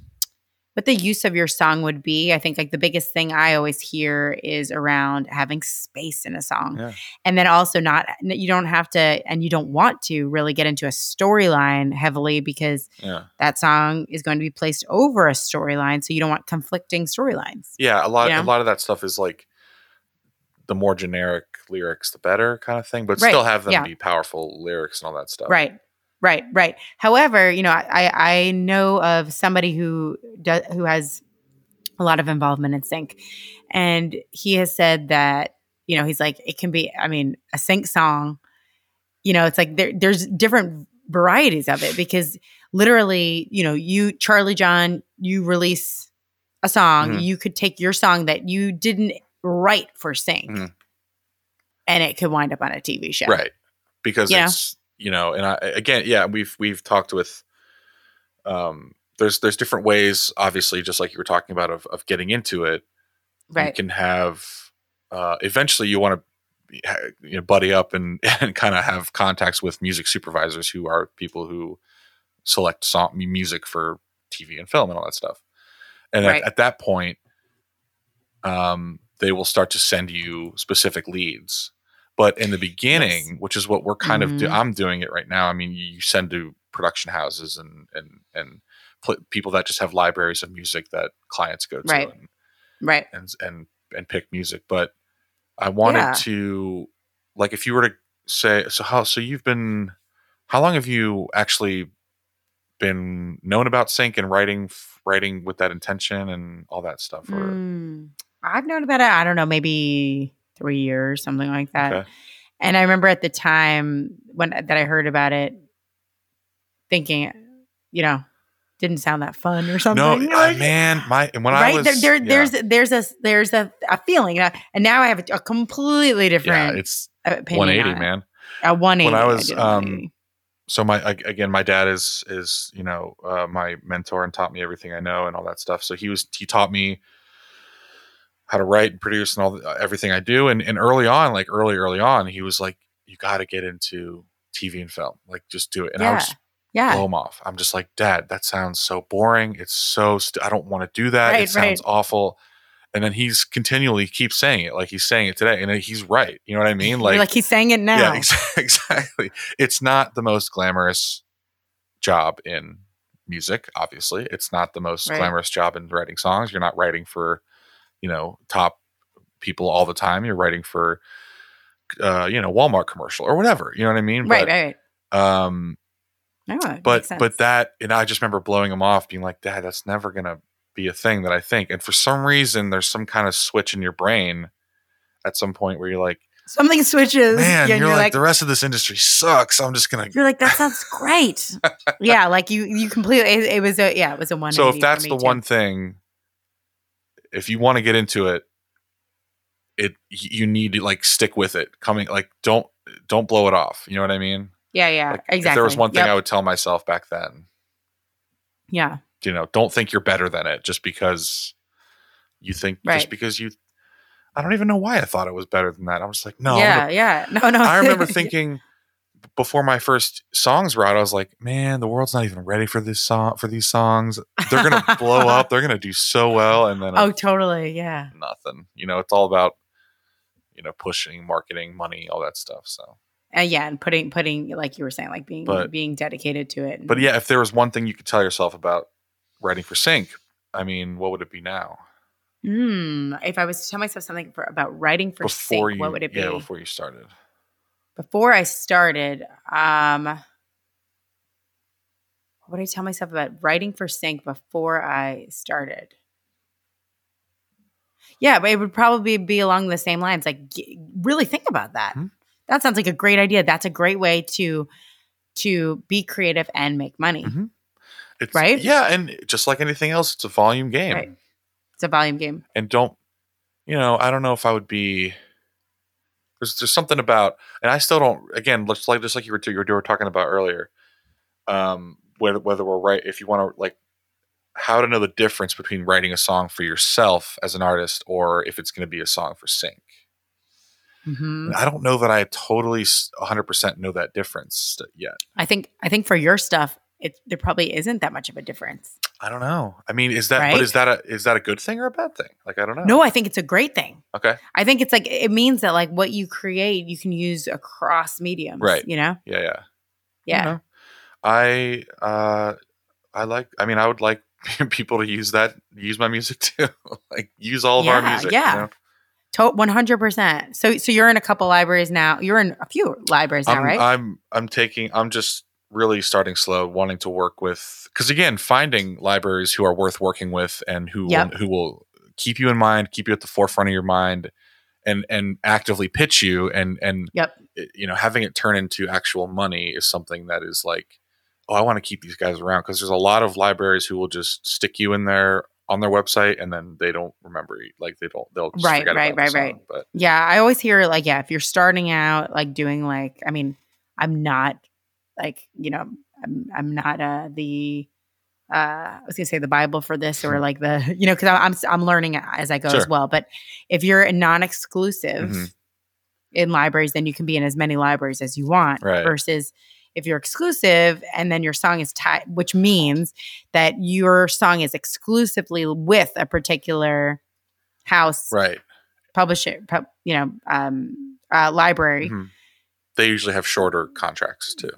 Speaker 5: what the use of your song would be. I think like the biggest thing I always hear is around having space in a song.
Speaker 3: Yeah.
Speaker 5: And then also not you don't have to and you don't want to really get into a storyline heavily because
Speaker 3: yeah
Speaker 5: that song is going to be placed over a storyline so you don't want conflicting storylines.
Speaker 3: Yeah, a lot
Speaker 5: You
Speaker 3: a
Speaker 5: know?
Speaker 3: lot of that stuff is like the more generic lyrics the better kind of thing, but
Speaker 5: Right,
Speaker 3: still have them
Speaker 5: yeah.
Speaker 3: be powerful lyrics and all that stuff.
Speaker 5: Right. Right, right. However, you know, I I I know of somebody who does who has a lot of involvement in sync, and he has said that you know he's like it can be. I mean, a sync song, you know, it's like there there's different varieties of it because literally, you know, you Charlie John, you release a song,
Speaker 3: Mhm.
Speaker 5: you could take your song that you didn't write for sync,
Speaker 3: Mhm.
Speaker 5: and it could wind up on a TV show.
Speaker 3: right because
Speaker 5: Yeah.
Speaker 3: it's you know and i again yeah we've we've talked with um there's there's different ways obviously just like you were talking about of, of getting into it you
Speaker 5: right,
Speaker 3: can have uh eventually you want to you know buddy up and and kind of have contacts with music supervisors who are people who select song mu- music for tv and film and all that stuff and at-
Speaker 5: Right.
Speaker 3: at that point um they will start to send you specific leads but in the beginning which is what we're kind of do-
Speaker 5: Mhm.
Speaker 3: i'm doing it right now i mean you send to production houses and and and pl- people that just have libraries of music that clients go to
Speaker 5: Right.
Speaker 3: and
Speaker 5: right,
Speaker 3: and and and pick music but i wanted
Speaker 5: Yeah.
Speaker 3: to like if you were to say so how so you've been how long have you actually been known about sync and writing f- writing with that intention and all that stuff or
Speaker 5: Mm. I've known about it, I don't know, maybe three years, something like that.
Speaker 3: Okay.
Speaker 5: And I remember at the time when that I heard about it, thinking, you know, didn't sound that fun or something.
Speaker 3: no uh,
Speaker 5: Like,
Speaker 3: man my and when
Speaker 5: right?
Speaker 3: i was
Speaker 5: there, there-
Speaker 3: yeah,
Speaker 5: There's there's a there's a, a feeling, uh, and now I have a, a completely
Speaker 3: yeah
Speaker 5: different
Speaker 3: it's
Speaker 5: opinion.
Speaker 3: 180
Speaker 5: on it.
Speaker 3: man
Speaker 5: A one eighty.
Speaker 3: When I was,
Speaker 5: did
Speaker 3: um,
Speaker 5: 180.
Speaker 3: so my ag- again my dad is is you know uh, my mentor and taught me everything i know and all that stuff so he was he taught me how to write and produce and all the, uh, everything i do and and early on like early early on he was like you got to get into tv and film like just do it and i
Speaker 5: Yeah,
Speaker 3: was just
Speaker 5: yeah,
Speaker 3: blow him off i'm just like dad that sounds so boring it's so st- i don't want to do that
Speaker 5: Right,
Speaker 3: it sounds
Speaker 5: right.
Speaker 3: awful and then he's continually keeps saying it like he's saying it today and then he's right you know what i mean
Speaker 5: like, like he's saying it now.
Speaker 3: yeah, ex- exactly. It's not the most glamorous job in music, obviously. It's not the most
Speaker 5: Right.
Speaker 3: glamorous job in writing songs. You're not writing for, you know, top people all the time. You're writing for uh, you know, Walmart commercial or whatever. You know what I mean?
Speaker 5: right, right.
Speaker 3: But um
Speaker 5: No, it
Speaker 3: but
Speaker 5: makes sense.
Speaker 3: but that and I just remember blowing him off, being like, Dad, that's never gonna be a thing that I think. And for some reason there's some kind of switch in your brain at some point where you're like,
Speaker 5: something switches.
Speaker 3: Man,
Speaker 5: and
Speaker 3: you're, like, the rest of this industry sucks. I'm just gonna
Speaker 5: You're like, that sounds great. yeah, like you you completely it, it was a yeah, it was a one.
Speaker 3: So if that's the one thing, if you want to get into it, it you need to like stick with it. Coming like don't don't blow it off. You know what I mean?
Speaker 5: Yeah, yeah.
Speaker 3: Like,
Speaker 5: exactly.
Speaker 3: If there was one thing
Speaker 5: Yep.
Speaker 3: I would tell myself back then,
Speaker 5: Yeah.
Speaker 3: you know, don't think you're better than it just because you think just
Speaker 5: Right.
Speaker 3: because you. I don't even know why I thought it was better than that. I'm just like, no. I'm
Speaker 5: yeah,
Speaker 3: gonna-
Speaker 5: yeah. No, no.
Speaker 3: I remember thinking before my first songs were out, I was like, man, the world's not even ready for this song for these songs. They're gonna blow up. They're gonna do so well, and then uh,
Speaker 5: Oh, totally. Yeah.
Speaker 3: nothing. You know, it's all about you know pushing, marketing, money, all that stuff. So,
Speaker 5: Uh, yeah, and putting putting like you were saying, like being
Speaker 3: But-
Speaker 5: being dedicated to it.
Speaker 3: but yeah, if there was one thing you could tell yourself about writing for Sync, I mean, what would it be now?
Speaker 5: Mm, if I was to tell myself something for, about writing for
Speaker 3: before
Speaker 5: sync,
Speaker 3: you,
Speaker 5: what would it be?
Speaker 3: Yeah, before you started.
Speaker 5: before I started, um, what did I tell myself about writing for sync before I started? Yeah, but it would probably be along the same lines. Like, g- really think about that.
Speaker 3: Hmm.
Speaker 5: That sounds like a great idea. That's a great way to to be creative and make money.
Speaker 3: Mhm. It's,
Speaker 5: Right?
Speaker 3: Yeah, and just like anything else, it's a volume game.
Speaker 5: Right. It's a volume game.
Speaker 3: and don't you know i don't know if i would be there's there's something about and i still don't again just like just like you were, you were, you were talking about earlier um whether whether we're right if you want to like how to know the difference between writing a song for yourself as an artist or if it's going to be a song for sync
Speaker 5: Mhm.
Speaker 3: And i don't know that i totally s- 100% know that difference yet
Speaker 5: I think I think for your stuff, it there probably isn't that much of a difference.
Speaker 3: i don't know i mean is that but
Speaker 5: Right?
Speaker 3: is that a is that a good thing or a bad thing like i don't know
Speaker 5: No, I think it's a great thing.
Speaker 3: okay
Speaker 5: I think it's like it means that like what you create you can use across mediums.
Speaker 3: Right.
Speaker 5: You know?
Speaker 3: yeah yeah
Speaker 5: Yeah.
Speaker 3: know. I uh I like I mean I would like people to use that use my music too. like use all of our
Speaker 5: Yeah,
Speaker 3: music.
Speaker 5: yeah.
Speaker 3: You know?
Speaker 5: To- 100%. So so you're in a couple libraries now. You're in a few libraries now,
Speaker 3: I'm,
Speaker 5: right?
Speaker 3: I'm I'm taking I'm just really starting slow, wanting to work with because again, finding libraries who are worth working with and who
Speaker 5: Yep.
Speaker 3: will, who will keep you in mind, keep you at the forefront of your mind, and and actively pitch you and and
Speaker 5: Yep.
Speaker 3: it- you know having it turn into actual money is something that is like, oh, I want to keep these guys around because there's a lot of libraries who will just stick you in there on their website and then they don't remember you. Like they don't they'll just
Speaker 5: Right,
Speaker 3: forget
Speaker 5: right,
Speaker 3: about the
Speaker 5: right, right.
Speaker 3: song, But
Speaker 5: Yeah, I always hear like, yeah, if you're starting out, like doing like, I mean, I'm not like, you know, I'm, I'm not uh, the, uh, I was gonna say the Bible for this or like the, you know, because I'm, I'm I'm learning as I go as
Speaker 3: Sure.
Speaker 5: well. But if you're non-exclusive
Speaker 3: Mhm.
Speaker 5: in libraries, then you can be in as many libraries as you want.
Speaker 3: Right.
Speaker 5: Versus if you're exclusive and then your song is tied, which means that your song is exclusively with a particular house
Speaker 3: right.
Speaker 5: publisher, pub, you know, um, uh, library.
Speaker 3: Mhm. They usually have shorter contracts too.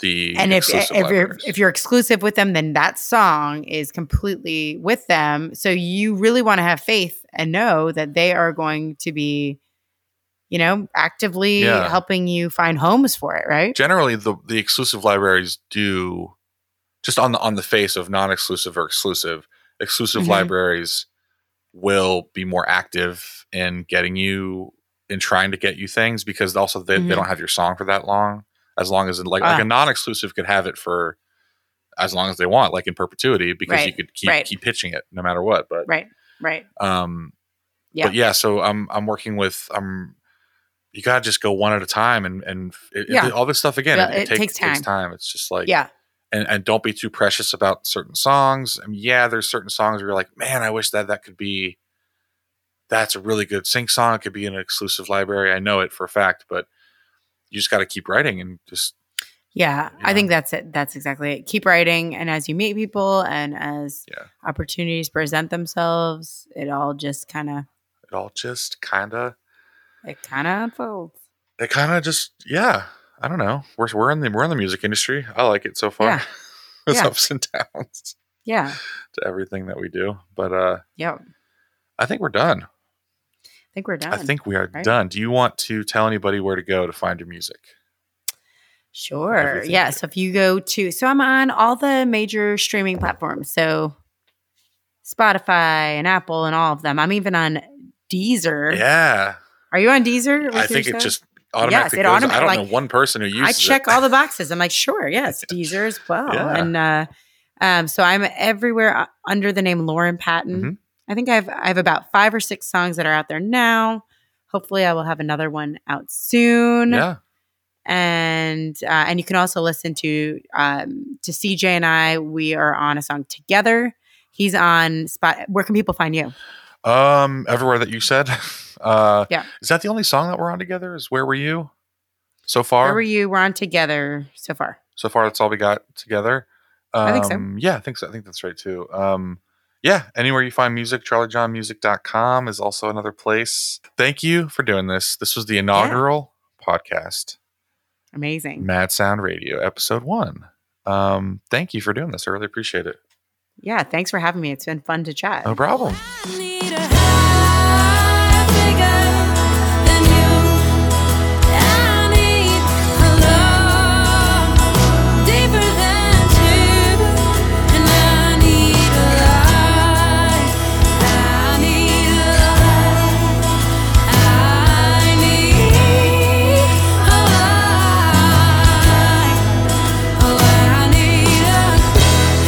Speaker 3: The
Speaker 5: And if
Speaker 3: exclusive
Speaker 5: if you're
Speaker 3: libraries.
Speaker 5: if you're exclusive with them, then that song is completely with them. So you really want to have faith and know that they are going to be, you know, actively
Speaker 3: Yeah.
Speaker 5: helping you find homes for it, right?
Speaker 3: generally the the exclusive libraries do just on the on the face of non-exclusive or exclusive exclusive
Speaker 5: Mhm.
Speaker 3: libraries will be more active in getting you in trying to get you things because also they,
Speaker 5: Mhm.
Speaker 3: they don't have your song for that long as long as like like
Speaker 5: Ah.
Speaker 3: a non-exclusive could have it for as long as they want like in perpetuity because you
Speaker 5: Right,
Speaker 3: could keep
Speaker 5: right.
Speaker 3: keep pitching it no matter what but
Speaker 5: Right, right.
Speaker 3: um
Speaker 5: Yeah.
Speaker 3: but yeah so i'm i'm working with i'm you gotta just go one at a time and and it, it-
Speaker 5: Yeah.
Speaker 3: all this stuff again
Speaker 5: Yeah,
Speaker 3: it,
Speaker 5: it
Speaker 3: takes,
Speaker 5: takes
Speaker 3: time. takes
Speaker 5: time.
Speaker 3: time it's just like
Speaker 5: yeah,
Speaker 3: and and don't be too precious about certain songs i mean yeah there's certain songs where you're like man i wish that that could be that's a really good sync song it could be in an exclusive library i know it for a fact but you just gotta keep writing and just
Speaker 5: yeah.
Speaker 3: Yeah.
Speaker 5: I think that's it. That's exactly it. Keep writing, and as you meet people and as
Speaker 3: Yeah.
Speaker 5: opportunities present themselves, it all just kind of
Speaker 3: it all just kinda
Speaker 5: it kind of unfolds.
Speaker 3: it kinda just yeah i don't know we're, we're in the we're in the music industry i like it so far
Speaker 5: Yeah.
Speaker 3: there's
Speaker 5: Yeah.
Speaker 3: ups and downs
Speaker 5: Yeah,
Speaker 3: to everything that we do. But uh,
Speaker 5: yeah. I
Speaker 3: I think we're done.
Speaker 5: think we're done.
Speaker 3: I think we are
Speaker 5: right?
Speaker 3: done. Do you want to tell anybody where to go to find your music?
Speaker 5: Sure.
Speaker 3: everything.
Speaker 5: Yeah. So if you go to, so I'm on all the major streaming platforms. So Spotify and Apple and all of them. I'm even on Deezer.
Speaker 3: Yeah,
Speaker 5: Are you on Deezer? with
Speaker 3: I
Speaker 5: your
Speaker 3: think it
Speaker 5: stuff?
Speaker 3: just automatically
Speaker 5: it
Speaker 3: goes.
Speaker 5: automa-
Speaker 3: I don't
Speaker 5: like,
Speaker 3: know one person who uses
Speaker 5: I check
Speaker 3: it.
Speaker 5: all the boxes. I'm like, sure, yes, Deezer as well.
Speaker 3: Yeah.
Speaker 5: And uh, um, so I'm everywhere uh, under the name Lauren Patton.
Speaker 3: Mhm.
Speaker 5: I think I've I have about five or six songs that are out there now. Hopefully, I will have another one out soon.
Speaker 3: yeah,
Speaker 5: and uh, and you can also listen to um, to CJ and I. We are on a song together. He's on spot. Where can people find you?
Speaker 3: um, everywhere that you said. Uh,
Speaker 5: Yeah.
Speaker 3: is that the only song that we're on together? Is where were you? So far,
Speaker 5: Where were you? We're on together so far.
Speaker 3: so far that's all we got together. Um,
Speaker 5: I think so.
Speaker 3: Yeah, I think so. I think that's right too. Um, yeah, anywhere you find music, charliejohnmusic.com is also another place. Thank you for doing this. This was the inaugural podcast,
Speaker 5: Amazing.
Speaker 3: Mad Sound Radio, episode one. Um, thank you for doing this. I really appreciate it.
Speaker 5: Yeah. Thanks for having me. It's been fun to chat.
Speaker 3: No problem.
Speaker 4: I need a high bigger than you. I need a love deeper than you, and I need a light. I need a light. I need a light. Oh, I need a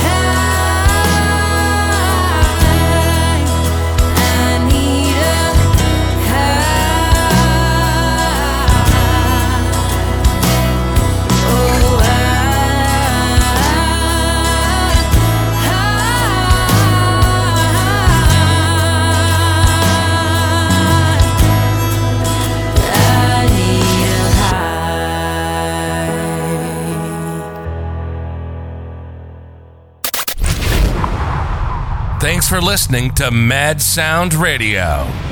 Speaker 4: high. I need a high. Oh, I need a high.
Speaker 2: Thanks for listening to Mad Sound Radio.